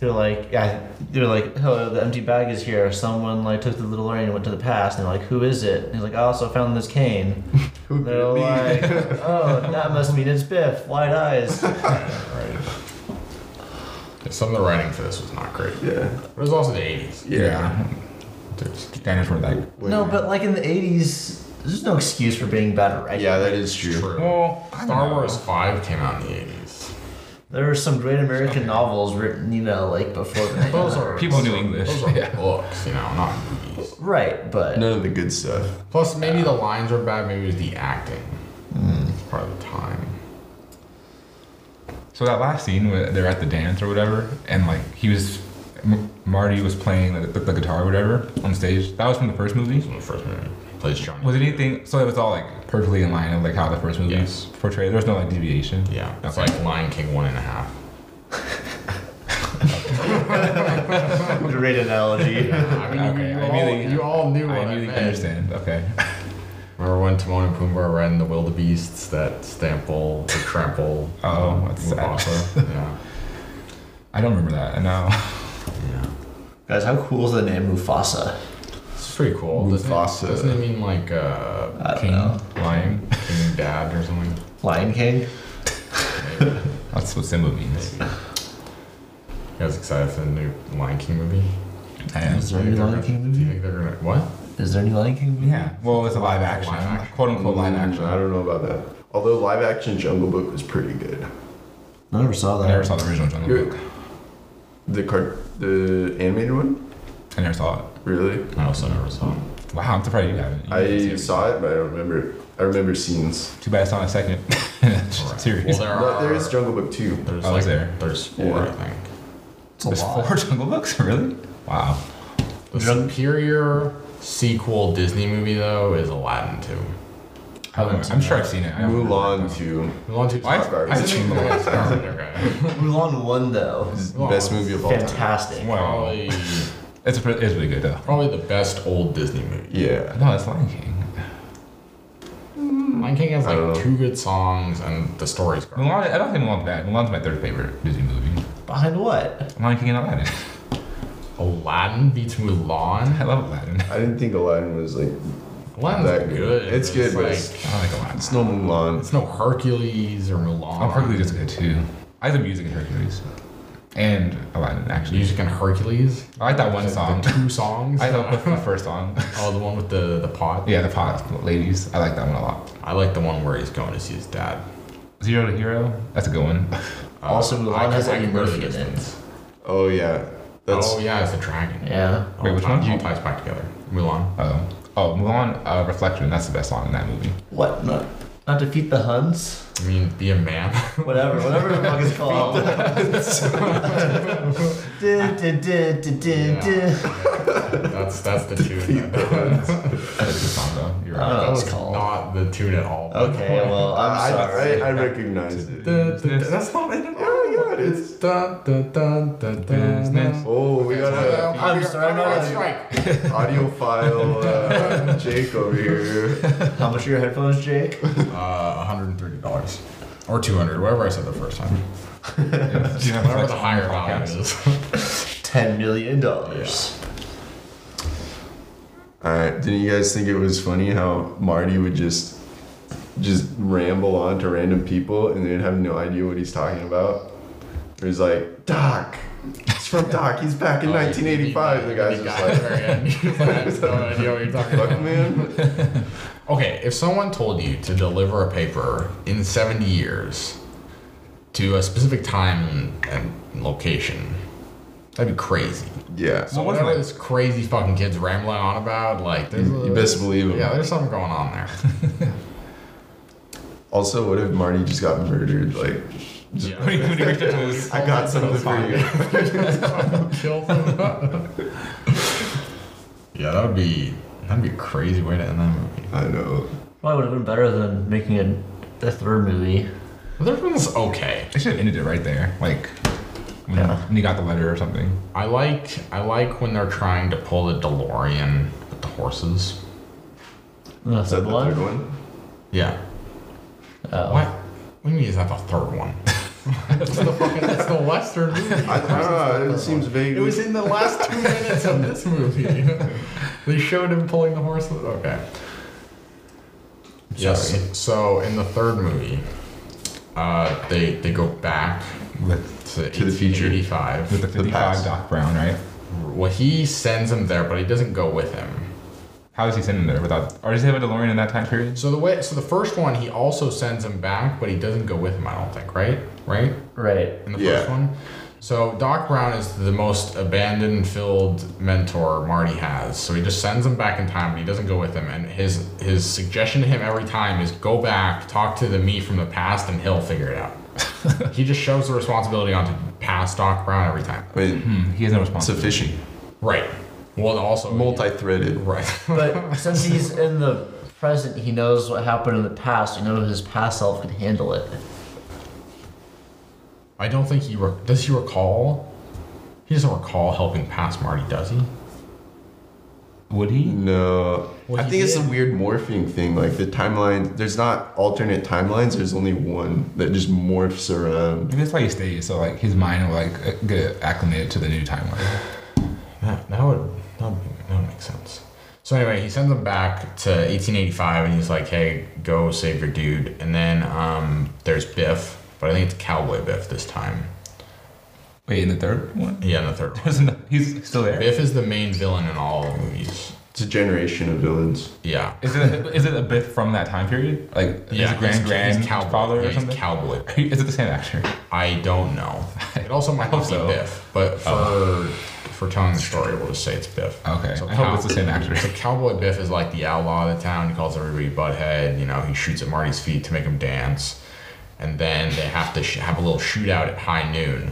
Speaker 4: They're like, yeah, they're like, hello, the empty bag is here. Someone like took the DeLorean and went to the past. And they're like, who is it? And he's like, I also found this cane.
Speaker 2: Who could
Speaker 4: They're
Speaker 2: it be?
Speaker 4: like, oh, that must mean it's Biff. Wide eyes.
Speaker 1: Right. Some of the writing for this was not great.
Speaker 2: yeah.
Speaker 1: It was also the 80s.
Speaker 2: Yeah.
Speaker 1: There's-
Speaker 3: Diners were like,
Speaker 4: no, but like in the '80s, there's no excuse for being bad at writing.
Speaker 2: yeah, that is true.
Speaker 3: well, I don't
Speaker 1: Star
Speaker 3: know.
Speaker 1: Wars 5 came out in the 80s.
Speaker 4: There are some great American novels written, you know, like before. the-
Speaker 1: Those are
Speaker 3: People knew English,
Speaker 1: Those are
Speaker 3: yeah.
Speaker 1: books, you know, not movies.
Speaker 4: right, but
Speaker 2: None of the good stuff.
Speaker 1: Plus, maybe the lines were bad. Maybe it was the acting.
Speaker 3: Hmm.
Speaker 1: It's part of the time.
Speaker 3: So that last scene where they're at the dance or whatever, and like he was, M- Marty was playing the, the guitar or whatever on stage. That was from the first movie.
Speaker 1: From the first movie, he plays Johnny.
Speaker 3: Was it anything? So it was all like perfectly in line of like how the first movie
Speaker 1: Yes.
Speaker 3: portrayed. There was no like deviation.
Speaker 1: Yeah, it's
Speaker 3: Okay.
Speaker 1: like Lion King one and a half.
Speaker 4: great analogy.
Speaker 1: I mean,
Speaker 3: Okay,
Speaker 1: you,
Speaker 3: I
Speaker 1: you all,
Speaker 3: immediately-
Speaker 1: you all knew what
Speaker 3: I
Speaker 1: I,
Speaker 3: immediately
Speaker 1: meant.
Speaker 3: understand. Okay.
Speaker 1: Remember when Timon and Pumbaa were in the wildebeests that stample, the trample?
Speaker 3: Oh, that's sad.
Speaker 1: Mufasa? yeah.
Speaker 3: I don't remember that. I know.
Speaker 1: Yeah.
Speaker 4: Guys, how cool is the name Mufasa?
Speaker 1: It's pretty cool. Doesn't
Speaker 2: Mufasa.
Speaker 1: it, doesn't it mean like uh,
Speaker 4: I don't
Speaker 3: King,
Speaker 4: know.
Speaker 3: lion.
Speaker 1: King Dad or something?
Speaker 4: Lion King.
Speaker 1: Maybe.
Speaker 3: That's what Simba means.
Speaker 1: Maybe. You guys excited for the new Lion King movie?
Speaker 3: I am.
Speaker 4: Is
Speaker 1: Do
Speaker 4: there
Speaker 1: you think
Speaker 4: any
Speaker 1: they're
Speaker 4: Lion
Speaker 1: gonna-
Speaker 4: King
Speaker 1: Do you
Speaker 4: movie?
Speaker 1: think they're gonna what?
Speaker 4: Is there any Lion King movie?
Speaker 3: Yeah. Well, it's a live action,
Speaker 1: Live action.
Speaker 3: quote unquote live
Speaker 2: Mm,
Speaker 3: action.
Speaker 2: I don't know about that. Although live action Jungle Book was pretty good.
Speaker 4: I never saw that.
Speaker 3: I never saw the original Jungle
Speaker 2: You're-
Speaker 3: Book.
Speaker 2: The cart, the animated one,
Speaker 3: I never saw it.
Speaker 2: really?
Speaker 1: I also never saw. it.
Speaker 3: Wow, I'm surprised you haven't. You haven't
Speaker 2: I
Speaker 3: seen
Speaker 2: saw it, but I don't remember. I remember scenes.
Speaker 3: Too bad it's not a second
Speaker 1: Alright.
Speaker 3: series.
Speaker 1: Well, there
Speaker 2: But
Speaker 1: are.
Speaker 2: there is Jungle Book two.
Speaker 1: There's
Speaker 3: Oh,
Speaker 1: like
Speaker 3: is there?
Speaker 1: there's four,
Speaker 2: Yeah.
Speaker 1: I think.
Speaker 4: It's a
Speaker 3: There's
Speaker 4: lot.
Speaker 3: four Jungle Books, really? Wow.
Speaker 1: The
Speaker 4: Jun-
Speaker 1: superior sequel Disney movie though is Aladdin two.
Speaker 3: I'm,
Speaker 1: Haven't seen
Speaker 3: sure
Speaker 1: that.
Speaker 3: I've seen it. I don't remember
Speaker 2: Mulan
Speaker 3: that.
Speaker 2: two,
Speaker 1: Mulan two.
Speaker 3: I've,
Speaker 2: Sorry.
Speaker 3: I've seen Mulan.
Speaker 1: okay.
Speaker 4: Mulan one though.
Speaker 2: is the
Speaker 1: Mulan
Speaker 2: best
Speaker 1: was
Speaker 2: movie of all time.
Speaker 4: Fantastic.
Speaker 3: Wow.
Speaker 1: Probably,
Speaker 3: It's, pre- it's really good, though.
Speaker 1: probably the best old Disney movie.
Speaker 2: Yeah.
Speaker 3: No, it's Lion King.
Speaker 1: Lion King has like
Speaker 2: Uh,
Speaker 1: two good songs and the story's great.
Speaker 3: Mulan, I don't think Mulan's bad. Mulan's my third favorite Disney movie.
Speaker 4: Behind what?
Speaker 3: Lion King and Aladdin.
Speaker 1: Aladdin beats Mulan.
Speaker 3: I love Aladdin.
Speaker 2: I didn't think Aladdin was like.
Speaker 1: Aladdin's
Speaker 2: That good.
Speaker 1: good.
Speaker 2: It's
Speaker 1: but
Speaker 2: good,
Speaker 1: It's,
Speaker 2: but
Speaker 1: like,
Speaker 2: it's-
Speaker 3: I like Aladdin.
Speaker 2: It's no Mulan.
Speaker 1: it's no Hercules or Mulan.
Speaker 3: Oh, Hercules is good, too. I like the music in Hercules. And Aladdin, actually.
Speaker 1: Music and Hercules.
Speaker 3: I like that one song.
Speaker 1: The two songs.
Speaker 3: I love the first song.
Speaker 1: oh, the one with the the pot.
Speaker 3: Yeah, the pot ladies. I like that one a lot.
Speaker 1: I like the one where he's going to see his dad.
Speaker 3: Zero to Hero. That's a good one.
Speaker 1: Uh,
Speaker 4: Also, Mulan
Speaker 1: I can-
Speaker 4: has
Speaker 1: I
Speaker 4: Eddie
Speaker 1: can go to
Speaker 4: Murphy in it.
Speaker 1: distance.
Speaker 2: Oh yeah, that's
Speaker 1: oh yeah, it's a dragon.
Speaker 4: Yeah.
Speaker 1: Oh,
Speaker 3: Wait, which one?
Speaker 1: All ties back together. Mulan.
Speaker 3: Oh, oh, Mulan uh, Reflection. That's the best song in that movie.
Speaker 4: What? Not, not defeat the Huns?
Speaker 1: I mean, be a man.
Speaker 4: Whatever, whatever the fuck it's called. Du- du- du- du- du- du.
Speaker 1: that's that's the tune.
Speaker 3: That's a good song though. You're
Speaker 4: I
Speaker 3: right.
Speaker 4: don't know
Speaker 1: That
Speaker 4: what
Speaker 1: was
Speaker 4: it's called.
Speaker 1: not the tune at all.
Speaker 4: Okay, well, I'm
Speaker 2: I,
Speaker 4: sorry.
Speaker 2: I, I recognize it.
Speaker 1: The- the- that's not it. at all.
Speaker 2: Oh, yeah, good. It's
Speaker 1: dun, dun, dun, dun,
Speaker 3: Business.
Speaker 2: oh, we got a
Speaker 4: I'm sorry, I'm not-
Speaker 1: strike.
Speaker 2: audiophile uh, Jake over here.
Speaker 4: How much are your headphones, Jake?
Speaker 1: Uh, $130. Or 200 whatever I said the first time.
Speaker 3: Do you have
Speaker 1: Whatever
Speaker 3: flex
Speaker 1: the
Speaker 3: on
Speaker 1: higher
Speaker 3: your
Speaker 1: value
Speaker 3: podcast?
Speaker 1: is.
Speaker 4: Ten million dollars.
Speaker 2: All right, didn't you guys think it was funny how Marty would just just ramble on to random people and they'd have no idea what he's talking about? Or he's like, Doc, it's from Doc. He's back in 1985. The guy's just like,
Speaker 1: like, I have no idea what you're talking
Speaker 2: fuck,
Speaker 1: about.
Speaker 2: man.
Speaker 1: Okay, if someone told you to deliver a paper in 70 years to a specific time and location, that'd be crazy.
Speaker 2: Yeah.
Speaker 1: So
Speaker 3: Well, what if
Speaker 1: whatever
Speaker 3: I-
Speaker 1: this crazy fucking kid's rambling on about, like, there's a,
Speaker 2: You best believe it.
Speaker 1: yeah, there's something going on there.
Speaker 2: Also, what if Marty just got murdered? Like,
Speaker 3: When he- when he reached out to his-
Speaker 2: I got something for you.
Speaker 1: Kill someone. yeah, that would be that'd be a crazy way to end that movie.
Speaker 2: I know.
Speaker 4: Probably would have been better than making a, a third movie.
Speaker 1: The third one's okay.
Speaker 3: They should have ended it right there, like when,
Speaker 4: Yeah.
Speaker 3: when you got the letter or something.
Speaker 1: I like I like when they're trying to pull the DeLorean with the horses.
Speaker 4: The
Speaker 2: Is that
Speaker 4: third
Speaker 2: the
Speaker 4: one?
Speaker 2: third one?
Speaker 1: Yeah.
Speaker 4: Oh.
Speaker 1: What? What do you mean is that the third one? that's the fucking that's the Western movie.
Speaker 2: I, I don't know. It seems
Speaker 1: It
Speaker 2: vaguely.
Speaker 1: was in the last two minutes of this movie. they showed him pulling the horse. Okay. Yes. So in the third movie, uh, they they go back
Speaker 3: With
Speaker 1: to,
Speaker 2: To the future.
Speaker 1: 1885.
Speaker 3: with the
Speaker 2: The
Speaker 3: 55
Speaker 2: past.
Speaker 3: Doc Brown, right?
Speaker 1: Well, he sends him there, but he doesn't go with him.
Speaker 3: How is he sitting there without? Or does he have a DeLorean in that time period?
Speaker 1: So the way, so the first one, he also sends him back, but he doesn't go with him. I don't think, right? Right?
Speaker 4: Right.
Speaker 1: In the
Speaker 2: Yeah.
Speaker 1: first one. So Doc Brown is the most abandoned-filled mentor Marty has. So he just sends him back in time, but he doesn't go with him. And his his suggestion to him every time is go back, talk to the me from the past, and he'll figure it out. he just shoves the responsibility onto past Doc Brown every time.
Speaker 2: I mean,
Speaker 3: Hmm, he has no response.
Speaker 2: it's a fishing.
Speaker 1: Right. Well, also
Speaker 2: Multi-threaded.
Speaker 1: Right.
Speaker 4: But since he's in the present, he knows what happened in the past. You know his past self can handle it.
Speaker 1: I don't think he re- does. He recall. He doesn't recall helping past Marty, does he?
Speaker 3: Would he?
Speaker 2: No.
Speaker 1: Well,
Speaker 2: I
Speaker 1: he
Speaker 2: think it's a
Speaker 1: did.
Speaker 2: weird morphing thing. Like the timeline, there's not alternate timelines. There's only one that just morphs around.
Speaker 3: Maybe that's why he stays. So like his mind will like uh, get acclimated to the new timeline.
Speaker 1: That, that would that would, make- that would make sense. So anyway, he sends him back to 1885, and he's like, "Hey, go save your dude." And then um, there's Biff, but I think it's Cowboy Biff this time.
Speaker 3: Wait, in the third one?
Speaker 1: Yeah, in the third. one.
Speaker 3: There's no- He's still there.
Speaker 1: Biff is the main villain in all the movies.
Speaker 2: It's a generation of villains.
Speaker 1: Yeah.
Speaker 3: Is it is it a bit from that time period? Like
Speaker 1: Yeah,
Speaker 3: his grand
Speaker 1: he's- he's
Speaker 3: grandfather
Speaker 1: yeah,
Speaker 3: or
Speaker 1: he's
Speaker 3: something?
Speaker 1: Cowboy. Biff.
Speaker 3: is it the same actor?
Speaker 1: I don't know. It also might not be
Speaker 3: so.
Speaker 1: Biff, but for for telling the story, we'll just say it's Biff.
Speaker 3: Okay,
Speaker 1: So
Speaker 3: I hope
Speaker 1: Cow-
Speaker 3: it's the same actor.
Speaker 1: So Cowboy Biff is like the outlaw of the town. He calls everybody butthead. You know, he shoots at Marty's feet to make him dance, and then they have to sh- have a little shootout at high noon.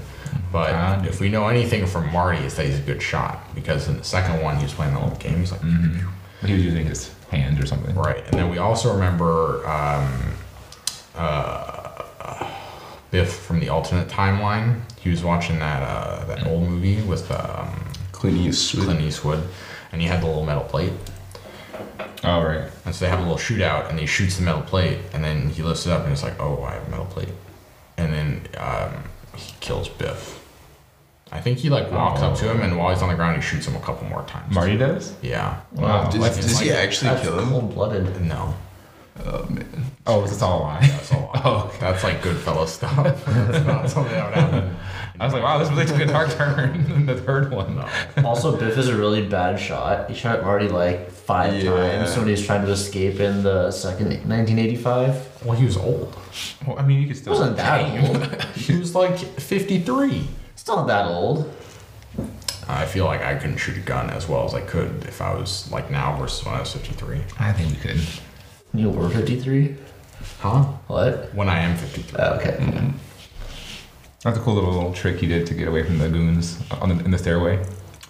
Speaker 1: But
Speaker 3: High noon.
Speaker 1: if we know anything from Marty, it's that he's a good shot because in the second one he was playing the little game. He's like,
Speaker 3: He was using his hand or something.
Speaker 1: right. And then we also remember um, uh, Biff from the alternate timeline. He was watching that uh, that old movie with um,
Speaker 2: Clint Eastwood.
Speaker 1: Clint Eastwood, and he had the little metal plate.
Speaker 3: Oh right.
Speaker 1: And so they have a little shootout, and he shoots the metal plate, and then he lifts it up, and it's like, oh, I have a metal plate. And then um, he kills Biff. I think he like walks up to him, and while he's on the ground, he shoots him a couple more times.
Speaker 3: Marty does.
Speaker 1: Yeah.
Speaker 3: Wow.
Speaker 2: Does,
Speaker 3: Like-
Speaker 2: does he actually
Speaker 4: That's
Speaker 2: kill him?
Speaker 4: cold blooded.
Speaker 1: No,
Speaker 3: oh, it's all a lie.
Speaker 1: that's a lot.
Speaker 3: Oh,
Speaker 1: That's like Goodfellas stuff. that's not something that would happen.
Speaker 3: I was like, wow, this really took a dark turn in the third one.
Speaker 1: No.
Speaker 4: also, Biff is a really bad shot. He shot Marty like five
Speaker 2: Yeah.
Speaker 4: times when he's trying to escape in the second 1985.
Speaker 1: Well, he was old.
Speaker 3: Well, I mean, you could still.
Speaker 4: Wasn't that old?
Speaker 1: He was like 53.
Speaker 4: It's not that old.
Speaker 1: I feel like I couldn't shoot a gun as well as I could if I was like now versus when I was 53.
Speaker 3: I think you could.
Speaker 4: You were 53?
Speaker 1: Huh?
Speaker 4: What?
Speaker 1: When I am 53.
Speaker 4: Oh, okay.
Speaker 1: Hmm.
Speaker 3: That's a cool little, little trick you did to get away from the goons on the, in the stairway.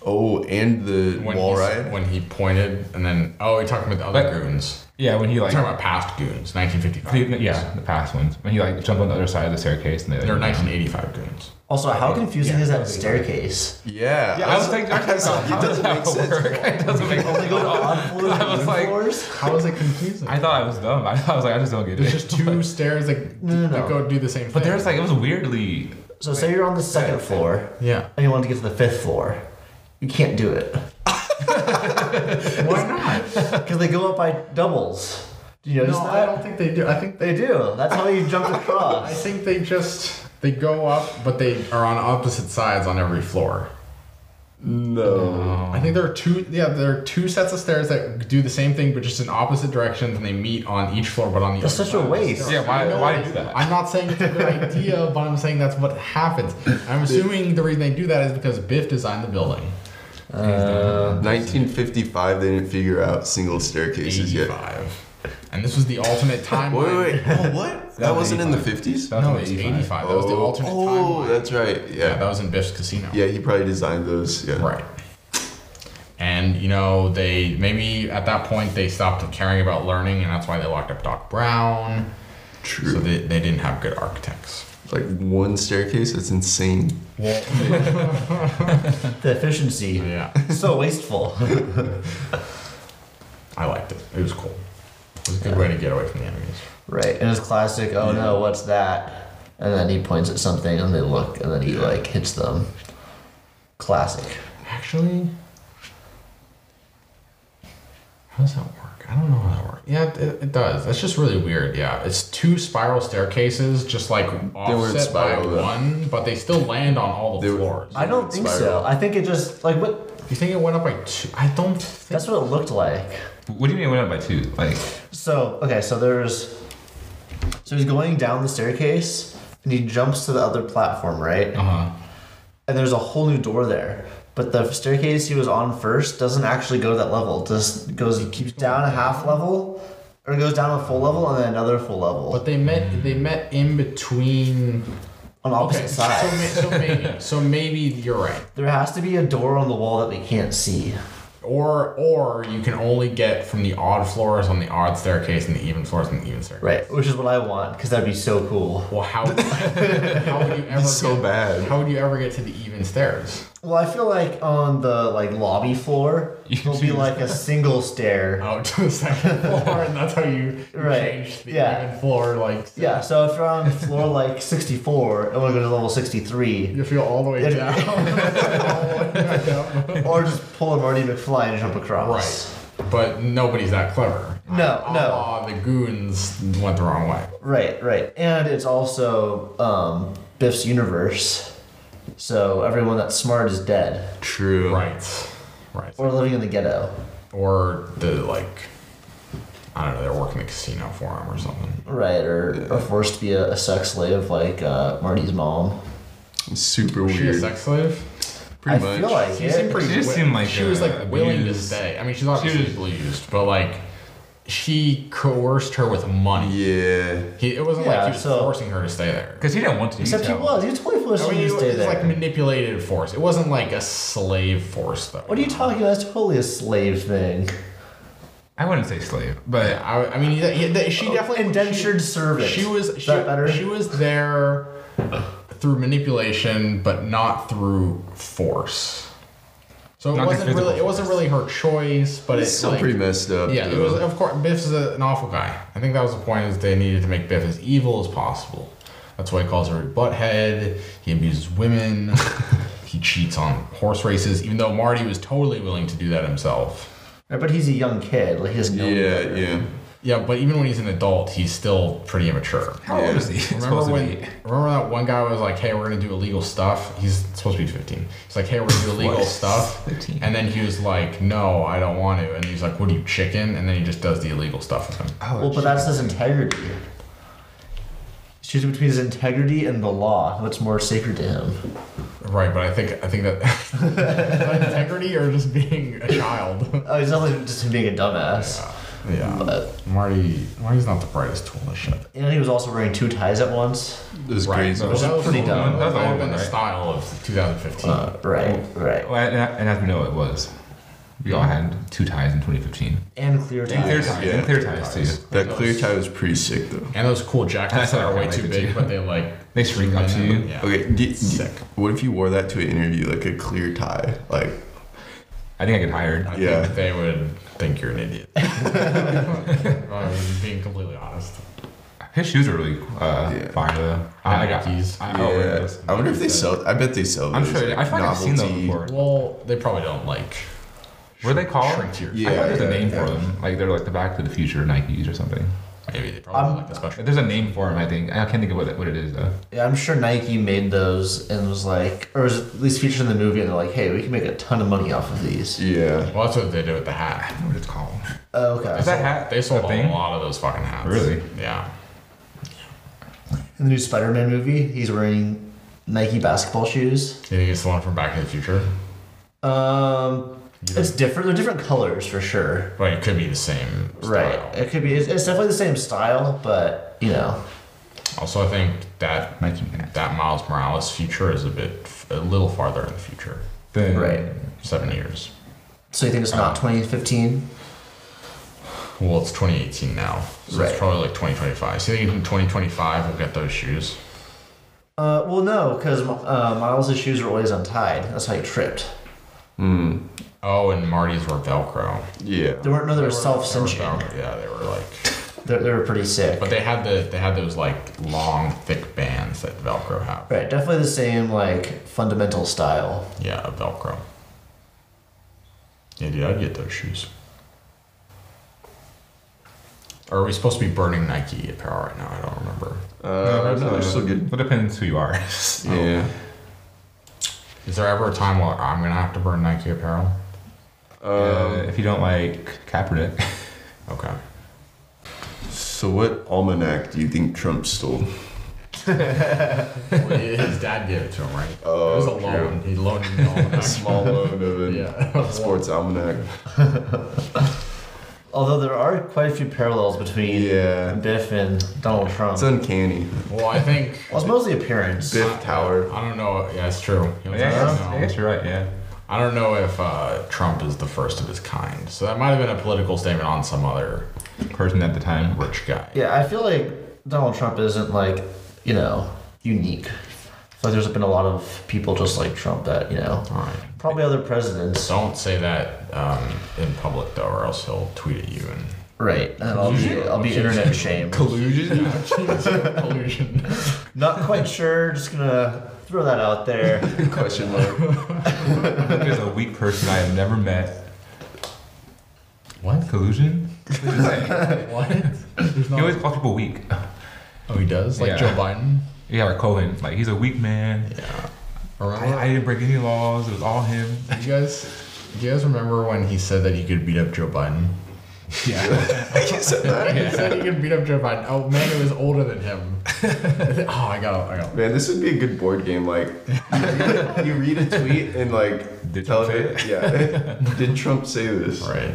Speaker 2: Oh, and the
Speaker 1: When
Speaker 2: wall
Speaker 1: he,
Speaker 2: ride.
Speaker 1: When he pointed and then oh, he talking about the other
Speaker 3: But-
Speaker 1: goons.
Speaker 3: Yeah, when he
Speaker 1: We're
Speaker 3: like
Speaker 1: talking about past goons, 1955.
Speaker 3: the-
Speaker 1: goons.
Speaker 3: yeah, the past ones. When he like jumped on the other side of the staircase and they like,
Speaker 1: they're 1985 goons.
Speaker 4: Also, how confusing
Speaker 3: Yeah.
Speaker 4: is that staircase?
Speaker 2: yeah.
Speaker 3: Yeah, I was like, I was like, how does
Speaker 2: doesn't
Speaker 3: that
Speaker 2: make sense.
Speaker 3: work? It doesn't make
Speaker 4: Only go on floors
Speaker 3: I
Speaker 4: and
Speaker 3: was
Speaker 4: moon
Speaker 3: like-
Speaker 4: floors?
Speaker 1: How is it confusing?
Speaker 3: I thought I was dumb. I, I was like, I just don't get it.
Speaker 1: There's just two stairs that,
Speaker 4: No, no,
Speaker 1: that
Speaker 4: no.
Speaker 1: go do the same thing.
Speaker 3: But there's like it was weirdly
Speaker 4: So say you're on the second floor
Speaker 1: yeah.
Speaker 4: and you want to get to the fifth floor. You can't do it.
Speaker 1: Why not?
Speaker 4: Because they go up by doubles. Do you notice
Speaker 1: No,
Speaker 4: that?
Speaker 1: I don't think they do. I think
Speaker 4: They do. That's how you jump
Speaker 1: I
Speaker 4: across.
Speaker 1: think they just they go up, but they are on opposite sides on every floor.
Speaker 2: No.
Speaker 1: I think there are two. Yeah, there are two sets of stairs that do the same thing, but just in opposite directions, and they meet on each floor, but on the.
Speaker 4: That's
Speaker 1: other
Speaker 4: such a
Speaker 1: side of the
Speaker 4: waste.
Speaker 1: stairs.
Speaker 3: yeah. Why
Speaker 1: I know
Speaker 3: why
Speaker 1: it-
Speaker 3: do that?
Speaker 1: I'm not saying it's a good idea, but I'm saying that's what happens. I'm assuming the reason they do that is because Biff designed the building.
Speaker 4: Uh,
Speaker 2: 1955. They didn't figure out single staircases yet.
Speaker 1: 85. And this was the alternate timeline.
Speaker 2: Wait, wait, wait. Oh, what? That wasn't in the 50s.
Speaker 3: That was
Speaker 1: No,
Speaker 3: in
Speaker 1: it's
Speaker 3: 85.
Speaker 1: 85. That was the alternate
Speaker 2: Oh,
Speaker 1: timeline.
Speaker 2: that's right.
Speaker 1: Yeah, that
Speaker 2: Yeah.
Speaker 1: was in Biff's casino.
Speaker 2: Yeah, he probably designed those. Yeah.
Speaker 1: Right. And you know they maybe at that point they stopped caring about learning, and that's why they locked up Doc Brown.
Speaker 2: True.
Speaker 1: So they, they didn't have good architects.
Speaker 2: like one staircase. That's insane.
Speaker 4: the efficiency.
Speaker 1: Yeah,
Speaker 4: So wasteful.
Speaker 1: I liked it. It was cool. It was a good way to get away from the enemies.
Speaker 4: right. And it's classic, oh no, what's that? And then he points at something and they look and then he like hits them. Classic.
Speaker 1: Actually, how does that work? I don't know how that works. Yeah, it, it does. That's just really weird. Yeah, it's two spiral staircases, just like offset by
Speaker 2: spiral, though.
Speaker 1: one, but they still land on all the
Speaker 2: They were-
Speaker 1: floors.
Speaker 4: I don't think so.
Speaker 2: Spiral.
Speaker 4: I think it just like what
Speaker 1: You think it went up by two? I don't think.
Speaker 4: that's what it looked like.
Speaker 3: What do you mean it went up by two? Like
Speaker 4: So okay, so there's so he's going down the staircase and he jumps to the other platform, right?
Speaker 3: uh huh.
Speaker 4: And there's a whole new door there. But the staircase he was on first doesn't actually go to that level. It Just goes down a half level, or it goes down a full level and then another full level
Speaker 1: But they met. They met in between.
Speaker 4: on opposite sides.
Speaker 1: So, ma- so maybe. So maybe you're right.
Speaker 4: there has to be a door on the wall that we can't see.
Speaker 1: Or or you can only get from the odd floors on the odd staircase and the even floors on the even staircase.
Speaker 4: Right, which is what I want because that'd be so cool.
Speaker 1: Well, how how would you ever
Speaker 2: so
Speaker 1: get,
Speaker 2: bad.
Speaker 1: How would you ever get to the even stairs?
Speaker 4: Well, I feel like on the like lobby floor,
Speaker 3: You
Speaker 4: there'll be
Speaker 3: choose.
Speaker 4: like a single stair.
Speaker 1: Out to the second floor, and that's how you
Speaker 4: Right.
Speaker 1: change the
Speaker 4: Yeah.
Speaker 1: even floor. Like
Speaker 4: Yeah, so if you're on floor like 64 and want to go to level 63,
Speaker 1: you feel all the way
Speaker 4: It-
Speaker 1: down. All the way down.
Speaker 4: or just pull a Marty McFly and jump across.
Speaker 1: Right. But nobody's that clever.
Speaker 4: No,
Speaker 1: Ah,
Speaker 4: no.
Speaker 1: ah, the goons went the wrong way.
Speaker 4: Right, right, And it's also um, Biff's universe, so everyone that's smart is dead
Speaker 2: True.
Speaker 1: Right. Right.
Speaker 4: or living in the ghetto.
Speaker 1: Or the like I don't know, they're working the casino for him or something.
Speaker 4: Right, or, or forced to be a, a sex slave like uh, Marty's mom.
Speaker 2: Super
Speaker 1: Was she a
Speaker 2: weird.
Speaker 1: sex slave?
Speaker 2: Pretty
Speaker 4: I
Speaker 2: much.
Speaker 4: feel like
Speaker 1: She
Speaker 4: it.
Speaker 1: seemed pretty
Speaker 3: She just
Speaker 1: wi-
Speaker 3: seemed like
Speaker 1: she was
Speaker 3: a
Speaker 1: like willing to
Speaker 3: abused-
Speaker 1: stay. I mean she's obviously
Speaker 3: was-
Speaker 1: abused, but like she coerced her with money.
Speaker 2: yeah.
Speaker 1: He, it wasn't
Speaker 4: Yeah,
Speaker 1: like he was
Speaker 4: so-
Speaker 1: forcing her to stay there.
Speaker 3: Because he didn't want to. you
Speaker 4: Except he
Speaker 3: tell.
Speaker 4: was. He was totally forced
Speaker 1: I
Speaker 4: to
Speaker 1: mean, it Oh, was
Speaker 4: stay there.
Speaker 1: like manipulated force. It wasn't like a slave force though.
Speaker 4: what are you talking about? That's totally a slave thing.
Speaker 3: I wouldn't say slave, but
Speaker 1: I, I mean, he, he- she definitely
Speaker 4: Oh, Indentured
Speaker 1: she,
Speaker 4: servant.
Speaker 1: She was
Speaker 4: Is
Speaker 1: she,
Speaker 4: that better?
Speaker 1: she was there through manipulation, but not through force. So it
Speaker 3: Not through
Speaker 1: wasn't
Speaker 3: physical
Speaker 1: really it wasn't really her choice, but
Speaker 2: It's
Speaker 1: it's
Speaker 2: still
Speaker 1: like,
Speaker 2: pretty messed up.
Speaker 1: yeah. It
Speaker 2: though.
Speaker 1: was of course Biff's a, an awful guy. I think that was the point is they needed to make Biff as evil as possible. That's why he calls her a butthead. He abuses women. he cheats on horse races, even though Marty was totally willing to do that himself.
Speaker 4: Right, but he's a young kid. Like he doesn't know.
Speaker 2: yeah, yeah.
Speaker 1: Yeah, but even when he's an adult, he's still pretty immature.
Speaker 3: how old
Speaker 2: Yeah.
Speaker 3: is he? supposed
Speaker 1: Remember
Speaker 3: to
Speaker 1: when?
Speaker 3: be?
Speaker 1: Remember that one guy was like, "Hey, we're gonna do illegal stuff." He's supposed to be 15. He's like, "Hey, we're gonna do illegal
Speaker 3: What?
Speaker 1: stuff,"
Speaker 3: 15.
Speaker 1: and then he was like, "No, I don't want to." And he's like, "What are you, chicken?" And then he just does the illegal stuff with him.
Speaker 3: Oh,
Speaker 4: Well, but that's his integrity. He's choosing between his integrity and the law. What's more sacred to him?
Speaker 1: Right, but I think I think that Is that integrity or just being a child.
Speaker 4: Oh, he's definitely just him being a dumbass.
Speaker 1: Yeah. Yeah.
Speaker 4: But-
Speaker 1: Marty, Marty's not the brightest tool in the shed.
Speaker 4: And he was also wearing two ties at once.
Speaker 2: This is crazy.
Speaker 1: That was
Speaker 4: pretty
Speaker 1: the-
Speaker 4: dumb.
Speaker 1: That
Speaker 3: That's
Speaker 1: would
Speaker 3: all
Speaker 1: have been
Speaker 3: right.
Speaker 1: the style of 2015.
Speaker 4: Uh, right, right.
Speaker 3: Well, and, and as we know, it was. We all had two ties in 2015.
Speaker 4: And clear
Speaker 3: And clear
Speaker 4: ties.
Speaker 3: ties.
Speaker 2: yeah.
Speaker 3: And clear ties too.
Speaker 2: That clear tie was pretty sick though.
Speaker 1: and those cool jackets
Speaker 3: That's
Speaker 1: that
Speaker 3: what
Speaker 1: are
Speaker 3: I
Speaker 1: way
Speaker 3: like
Speaker 1: too
Speaker 3: it
Speaker 1: big,
Speaker 3: too.
Speaker 1: but they like.
Speaker 3: They shrink up to you.
Speaker 1: Yeah.
Speaker 2: Okay, d- d-
Speaker 1: Sick.
Speaker 2: what if you wore that to an interview, like a clear tie? Like,
Speaker 3: I think I get hired.
Speaker 1: I
Speaker 2: Yeah.
Speaker 1: think they would think you're an idiot. I'm being completely honest.
Speaker 3: His shoes are really uh,
Speaker 2: Yeah.
Speaker 3: fine though. I, I got
Speaker 1: Nikes.
Speaker 3: I, I'll wear
Speaker 2: yeah.
Speaker 3: those.
Speaker 2: I wonder if they sell. I bet they sell.
Speaker 3: I'm
Speaker 2: those,
Speaker 3: sure.
Speaker 2: like,
Speaker 3: I find I've seen those
Speaker 2: novelty-
Speaker 3: before.
Speaker 1: Well, they probably don't like.
Speaker 3: Were they called?
Speaker 1: Shrink to your.
Speaker 3: I
Speaker 2: Yeah,
Speaker 3: thought there's
Speaker 2: yeah,
Speaker 3: a name
Speaker 2: yeah.
Speaker 3: for them. Like they're like the Back to the Future Nikes or something.
Speaker 1: Maybe they probably
Speaker 4: Um,
Speaker 1: like the special.
Speaker 3: There's a name for them, I think. I can't think of what it, what it is though.
Speaker 4: Yeah, I'm sure Nike made those and was like, or was at least featured in the movie, and they're like, hey, we can make a ton of money off of these.
Speaker 2: Yeah.
Speaker 1: Well, that's what they did with the
Speaker 3: I
Speaker 1: hat.
Speaker 3: don't know what it's called.
Speaker 4: Oh, okay.
Speaker 3: Is that hat?
Speaker 1: They sold
Speaker 3: a
Speaker 1: a,
Speaker 3: thing?
Speaker 1: lot of those fucking hats.
Speaker 3: Really?
Speaker 1: Yeah.
Speaker 4: In the new Spider-Man movie, he's wearing Nike basketball shoes.
Speaker 1: You think it's the one from Back to the Future?
Speaker 4: Um, it's different. They're different colors for sure.
Speaker 1: But it could be the same. Style.
Speaker 4: Right. It could be. It's, it's definitely the same style, but you know,
Speaker 1: Also, I think that
Speaker 3: Nike hat.
Speaker 1: that Miles Morales future is a bit a little farther in the future,
Speaker 3: The-
Speaker 4: right.
Speaker 1: seven years.
Speaker 4: So you think it's not 2015?
Speaker 1: Well, it's 2018 now, so
Speaker 4: Right.
Speaker 1: it's probably like 2025. So you think in 2025 we'll get those shoes?
Speaker 4: Uh, well, no, because uh, Miles' shoes were always untied. That's how he tripped.
Speaker 2: Mm,
Speaker 1: Oh, and Marty's were Velcro.
Speaker 2: yeah.
Speaker 4: There weren't no. They were
Speaker 1: They were-
Speaker 4: self-cinching.
Speaker 1: they were Velcro, Yeah, they were like,
Speaker 4: They they were pretty sick.
Speaker 1: but they had the they had those like long, thick bands that Velcro have.
Speaker 4: Right. Definitely the same like fundamental style.
Speaker 1: Yeah, a Velcro. Yeah, dude, I'd get those shoes. Are we supposed to be burning Nike apparel right now? I don't remember.
Speaker 2: Uh,
Speaker 3: no,
Speaker 2: so
Speaker 3: no,
Speaker 2: they're still good.
Speaker 3: It depends who you are.
Speaker 2: Yeah.
Speaker 1: Oh. Is there ever a time where I'm gonna have to burn Nike apparel?
Speaker 3: Uh,
Speaker 1: Oh.
Speaker 2: Um,
Speaker 3: if you don't like Kaepernick,
Speaker 1: Okay.
Speaker 2: so what almanac do you think Trump stole?
Speaker 1: Well, his dad gave it to him, right?
Speaker 3: Oh,
Speaker 1: it was a loan. He loaned him the
Speaker 2: A
Speaker 1: almanac.
Speaker 2: small load of an
Speaker 1: Yeah.
Speaker 2: sports almanac.
Speaker 4: Although there are quite a few parallels between
Speaker 2: Yeah.
Speaker 4: Biff and Donald Trump.
Speaker 2: It's uncanny.
Speaker 1: Well, I think.
Speaker 4: well, it's mostly appearance.
Speaker 2: Biff Tower.
Speaker 1: I don't know. Yeah, it's true. He
Speaker 3: Oh, yeah,
Speaker 1: was
Speaker 3: I
Speaker 1: like,
Speaker 3: guess,
Speaker 1: "No."
Speaker 3: I guess you're right. Yeah,
Speaker 1: I don't know if uh, Trump is the first of his kind. So that might have been a political statement on some other
Speaker 3: person at the time.
Speaker 1: rich guy.
Speaker 4: Yeah, I feel like Donald Trump isn't like, you know, unique. Like there's been a lot of people just like Trump that, you know,
Speaker 1: All right.
Speaker 4: probably other presidents.
Speaker 1: Don't say that um, in public though, or else he'll tweet at you and
Speaker 4: Right. And I'll be I'll be internet shamed.
Speaker 1: collusion. collusion.
Speaker 4: Not quite sure, just gonna throw that out there.
Speaker 2: Question mark.
Speaker 3: There's a weak person I have never met.
Speaker 1: What?
Speaker 3: Collusion?
Speaker 1: What?
Speaker 3: He always calls people weak.
Speaker 1: Oh, he does. Like
Speaker 3: Yeah.
Speaker 1: Joe Biden.
Speaker 3: Yeah, like Cohen. Like he's a weak man.
Speaker 1: Yeah. Remember?
Speaker 3: I, I didn't break any laws. It was all him.
Speaker 1: you guys, do you guys remember when he said that he could beat up Joe Biden?
Speaker 3: Yeah.
Speaker 2: you said that?
Speaker 1: He said he could beat up Joe Biden. Oh man, it was older than him. oh, I got, I got.
Speaker 2: Man, this would be a good board game. Like, you read a tweet and like
Speaker 3: Did
Speaker 2: tell
Speaker 3: Trump say
Speaker 2: it. Yeah. Did Trump say this?
Speaker 1: Right.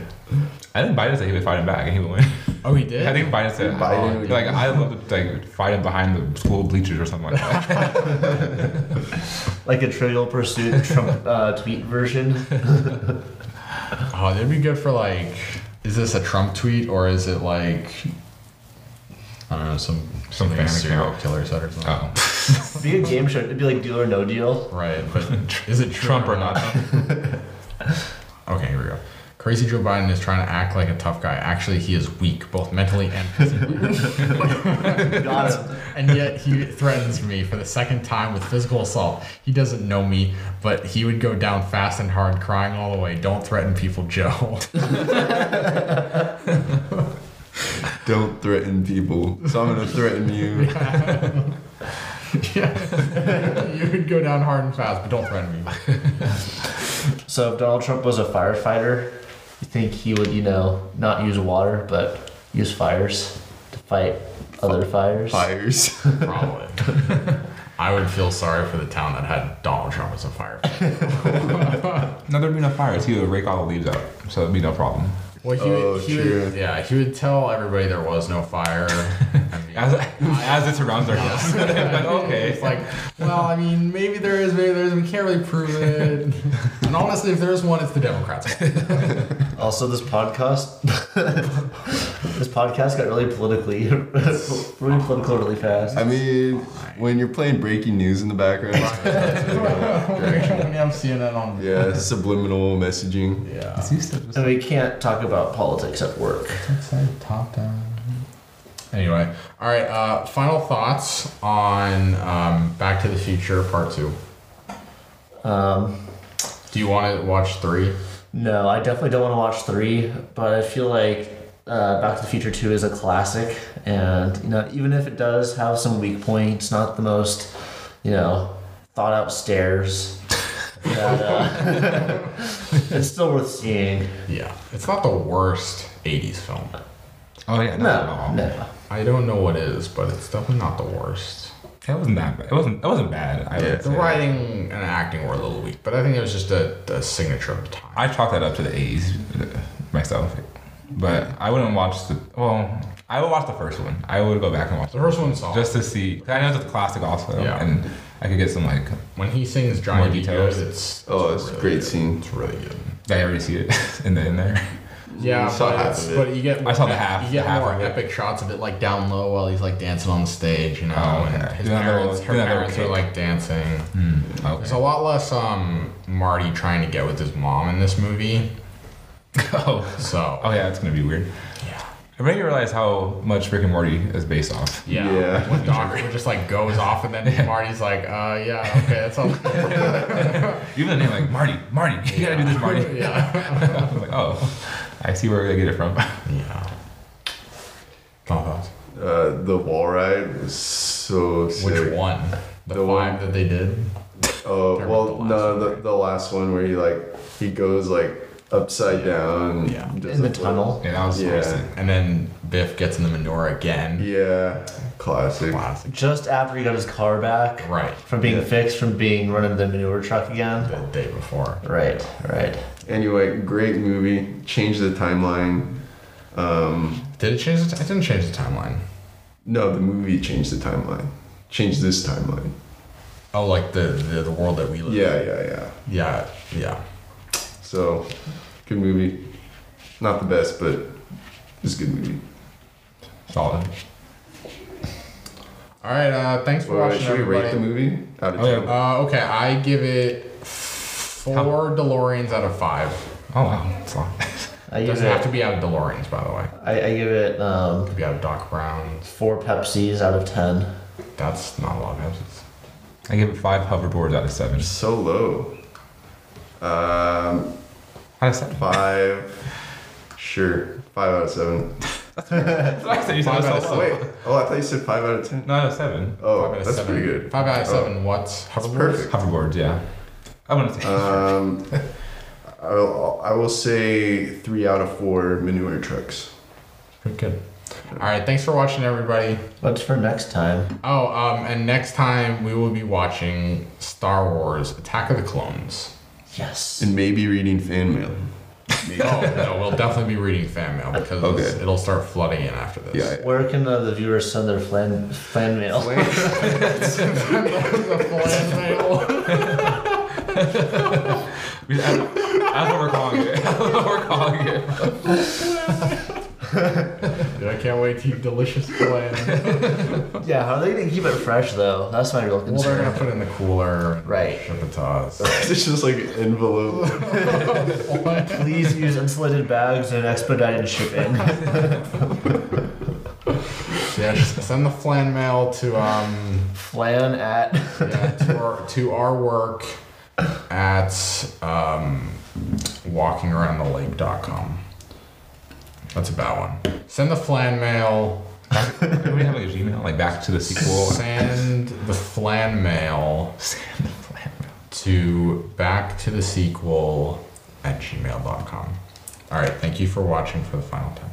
Speaker 3: I think Biden said he would fight him back and he would win.
Speaker 1: Oh, he did.
Speaker 3: I think Biden said
Speaker 2: Biden
Speaker 3: oh,
Speaker 2: would-
Speaker 3: like I love to like fight him behind the school bleachers or something like that.
Speaker 4: like a trivial pursuit Trump uh, tweet version.
Speaker 1: Oh, that'd be good for like, is this a Trump tweet or is it like, I don't know, some
Speaker 3: Some
Speaker 1: like
Speaker 3: fan
Speaker 1: a serial
Speaker 3: account.
Speaker 1: killer said or something.
Speaker 3: oh.
Speaker 4: It'd be a game show. It'd be like Deal or No Deal.
Speaker 1: Right, but is it true
Speaker 3: Trump or not.
Speaker 1: Okay, here we go. Crazy Joe Biden is trying to act like a tough guy. Actually, he is weak, both mentally and physically.
Speaker 4: Got him.
Speaker 1: and yet he threatens me for the second time with physical assault. He doesn't know me, but he would go down fast and hard, crying all the way, Don't threaten people, Joe.
Speaker 2: Don't threaten people. So I'm gonna threaten you.
Speaker 1: yeah. you would go down hard and fast, but don't threaten me.
Speaker 4: So if Donald Trump was a firefighter, you think he would, you know, not use water but use fires to fight other fires?
Speaker 2: Fires.
Speaker 1: Probably. I would feel sorry for the town that had Donald Trump as a firefighter.
Speaker 3: No, there'd be no fires. He would rake all the leaves out, so it'd be no problem.
Speaker 1: Well, he,
Speaker 2: Oh,
Speaker 1: would, he would,
Speaker 2: true.
Speaker 1: yeah, he would tell everybody there was no fire. I mean,
Speaker 3: As, as it surrounds our house. but okay.
Speaker 1: It's like, well, I mean, maybe there is, maybe there is. We can't really prove it. And honestly, if there is one, it's the Democrats.
Speaker 4: Also, this podcast, this podcast got really politically, really political really fast.
Speaker 2: I mean, when you're playing breaking news in the background,
Speaker 1: Yeah, I'm seeing that on.
Speaker 2: yeah, subliminal messaging.
Speaker 1: Yeah.
Speaker 4: And we can't talk about politics at work.
Speaker 1: top down. Anyway, all right. Uh, final thoughts on um, Back to the Future Part Two.
Speaker 4: Um,
Speaker 1: Do you want to watch three?
Speaker 4: no, I definitely don't want to watch three, but I feel like uh, Back to the Future Two is a classic, and you know, even if it does have some weak points, not the most, you know, thought out stares. that, uh, it's still worth seeing.
Speaker 1: Yeah. It's not the worst '80s film.
Speaker 3: Oh yeah, not at
Speaker 4: No,
Speaker 3: all.
Speaker 4: no.
Speaker 1: I don't know what is, but it's definitely not the worst.
Speaker 3: It wasn't that bad. It wasn't. It wasn't bad. I
Speaker 2: Yeah.
Speaker 3: would
Speaker 1: The
Speaker 3: say.
Speaker 1: writing and acting were a little weak, but I think it was just a, a signature of the time.
Speaker 3: I chalk that up to the A's myself, but I wouldn't watch the. Well, I would watch the first one. I would go back and watch the
Speaker 1: The first one's solid.
Speaker 3: just to see. 'cause I know it's a classic also,
Speaker 1: Yeah.
Speaker 3: and I could get some like.
Speaker 1: when he sings Johnny
Speaker 3: More
Speaker 1: B.
Speaker 3: details.
Speaker 1: Good, it's
Speaker 2: Oh, it's a great
Speaker 1: good.
Speaker 2: scene.
Speaker 1: It's really good.
Speaker 3: Did I already see it in the in there?
Speaker 1: Yeah,
Speaker 2: I saw
Speaker 1: but,
Speaker 2: half
Speaker 1: it's-
Speaker 2: of it.
Speaker 1: but you get
Speaker 3: I saw the half-
Speaker 1: You get
Speaker 3: the half
Speaker 1: more
Speaker 3: of it.
Speaker 1: epic shots of it like down low while he's like dancing on the stage, you know.
Speaker 3: Oh, okay.
Speaker 1: And his
Speaker 3: Doing that
Speaker 1: parents,
Speaker 3: little-
Speaker 1: her
Speaker 3: doing that little
Speaker 1: parents are
Speaker 3: kick.
Speaker 1: like dancing.
Speaker 3: Hmm.
Speaker 1: There's
Speaker 3: Okay.
Speaker 1: a lot less um Marty trying to get with his mom in this movie.
Speaker 3: oh.
Speaker 1: So
Speaker 3: oh yeah, it's gonna be weird.
Speaker 1: yeah,
Speaker 3: It made me realize how much Rick and Morty is based off.
Speaker 1: yeah.
Speaker 2: Yeah.
Speaker 1: When Doctor just like goes off, and then Marty's like, uh, yeah, okay, that's all.
Speaker 3: Even the name, like Marty, Marty, you gotta do this, Marty.
Speaker 1: yeah.
Speaker 3: I was like, oh, I see where they get it from.
Speaker 1: Yeah. Final thoughts.
Speaker 2: Uh, the wall ride was so sick.
Speaker 1: Which one? The,
Speaker 2: The
Speaker 1: five
Speaker 2: one-
Speaker 1: that they did.
Speaker 2: Oh
Speaker 1: Or
Speaker 2: well,
Speaker 1: the
Speaker 2: no,
Speaker 1: last
Speaker 2: the, the last one where he like he goes like upside down.
Speaker 1: Yeah.
Speaker 2: does
Speaker 4: In the
Speaker 2: a flip.
Speaker 4: tunnel.
Speaker 3: Yeah, that was
Speaker 2: Yeah.
Speaker 3: interesting.
Speaker 1: And then Biff gets in the menorah again.
Speaker 2: Yeah, classic.
Speaker 1: Classic.
Speaker 4: Just after he got his car back
Speaker 1: Right.
Speaker 4: from being
Speaker 2: Yeah.
Speaker 4: fixed, from being run into the manure truck again.
Speaker 1: The day before.
Speaker 4: Right, right.
Speaker 2: Anyway, great movie. Changed the timeline. Um,
Speaker 1: Did it change? The t- it didn't change the timeline.
Speaker 2: no, the movie changed the timeline. Changed this timeline.
Speaker 1: Oh, like the the, the world that we live.
Speaker 2: Yeah, yeah, yeah.
Speaker 1: in. Yeah. Yeah.
Speaker 2: So, good movie. Not the best, but it's a good movie.
Speaker 3: Solid.
Speaker 1: All right. Uh, thanks for
Speaker 2: All right,
Speaker 1: watching,
Speaker 2: should we rate the
Speaker 1: everybody.
Speaker 2: movie out of
Speaker 3: Oh, yeah.
Speaker 2: ten?
Speaker 1: Uh, okay, I give it four DeLoreans out of five.
Speaker 3: Oh wow, solid.
Speaker 4: I
Speaker 1: It
Speaker 4: give
Speaker 1: doesn't have to
Speaker 4: it,
Speaker 1: be out of DeLoreans, by the way. It
Speaker 4: I, I give it um,
Speaker 1: could be out of Doc Brown's.
Speaker 4: four Pepsis out of ten.
Speaker 1: That's not a lot of episodes.
Speaker 3: I give it five hoverboards out of seven.
Speaker 2: So low. Um,
Speaker 3: Out of seven.
Speaker 2: five. sure, five out of seven.
Speaker 3: That's what I said. You said
Speaker 1: Five
Speaker 3: it was
Speaker 1: out of
Speaker 3: so
Speaker 2: Oh
Speaker 3: low.
Speaker 2: wait. Oh, I thought you said five out of ten.
Speaker 3: No, out of seven.
Speaker 1: Five
Speaker 2: Oh,
Speaker 1: out of
Speaker 2: that's
Speaker 1: seven.
Speaker 2: pretty good.
Speaker 1: Five out of
Speaker 2: Oh.
Speaker 1: seven. What's
Speaker 2: That's
Speaker 1: hoverboard?
Speaker 2: perfect.
Speaker 3: Hoverboards, yeah. I wouldn't say.
Speaker 2: Um, I'll, I will say three out of four manure trucks.
Speaker 1: Pretty good. All right. Thanks for watching, everybody.
Speaker 4: What's for next time?
Speaker 1: Oh, um, and next time we will be watching Star Wars: Attack of the Clones.
Speaker 4: Yes.
Speaker 2: And maybe reading fan mail.
Speaker 1: Oh no, we'll definitely be reading fan mail because
Speaker 2: Okay.
Speaker 1: it'll start flooding in after this.
Speaker 2: Yeah.
Speaker 4: Where can uh, the viewers send their fan, fan mail?
Speaker 3: We- I- That's what we're calling it. That's what we're calling it.
Speaker 1: Dude, I can't wait to eat delicious plan.
Speaker 4: yeah, how are they gonna keep it fresh though? That's my real
Speaker 1: well, they're
Speaker 4: concern.
Speaker 1: gonna put it in the cooler.
Speaker 4: Right.
Speaker 1: Ship it to us.
Speaker 2: it's just like an envelope.
Speaker 4: Please use insulated bags and expedited shipping.
Speaker 1: Yeah, just send the flan mail to um
Speaker 4: Flan at
Speaker 1: yeah, to our to our work at um walkingaroundthelake.com. That's a bad one. Send the flan mail.
Speaker 3: Do we have like a Gmail? Like back to the sequel?
Speaker 1: Send the flan mail.
Speaker 3: Sand the plan.
Speaker 1: to back to the sequel at gmail.com. All right, thank you for watching for the final time.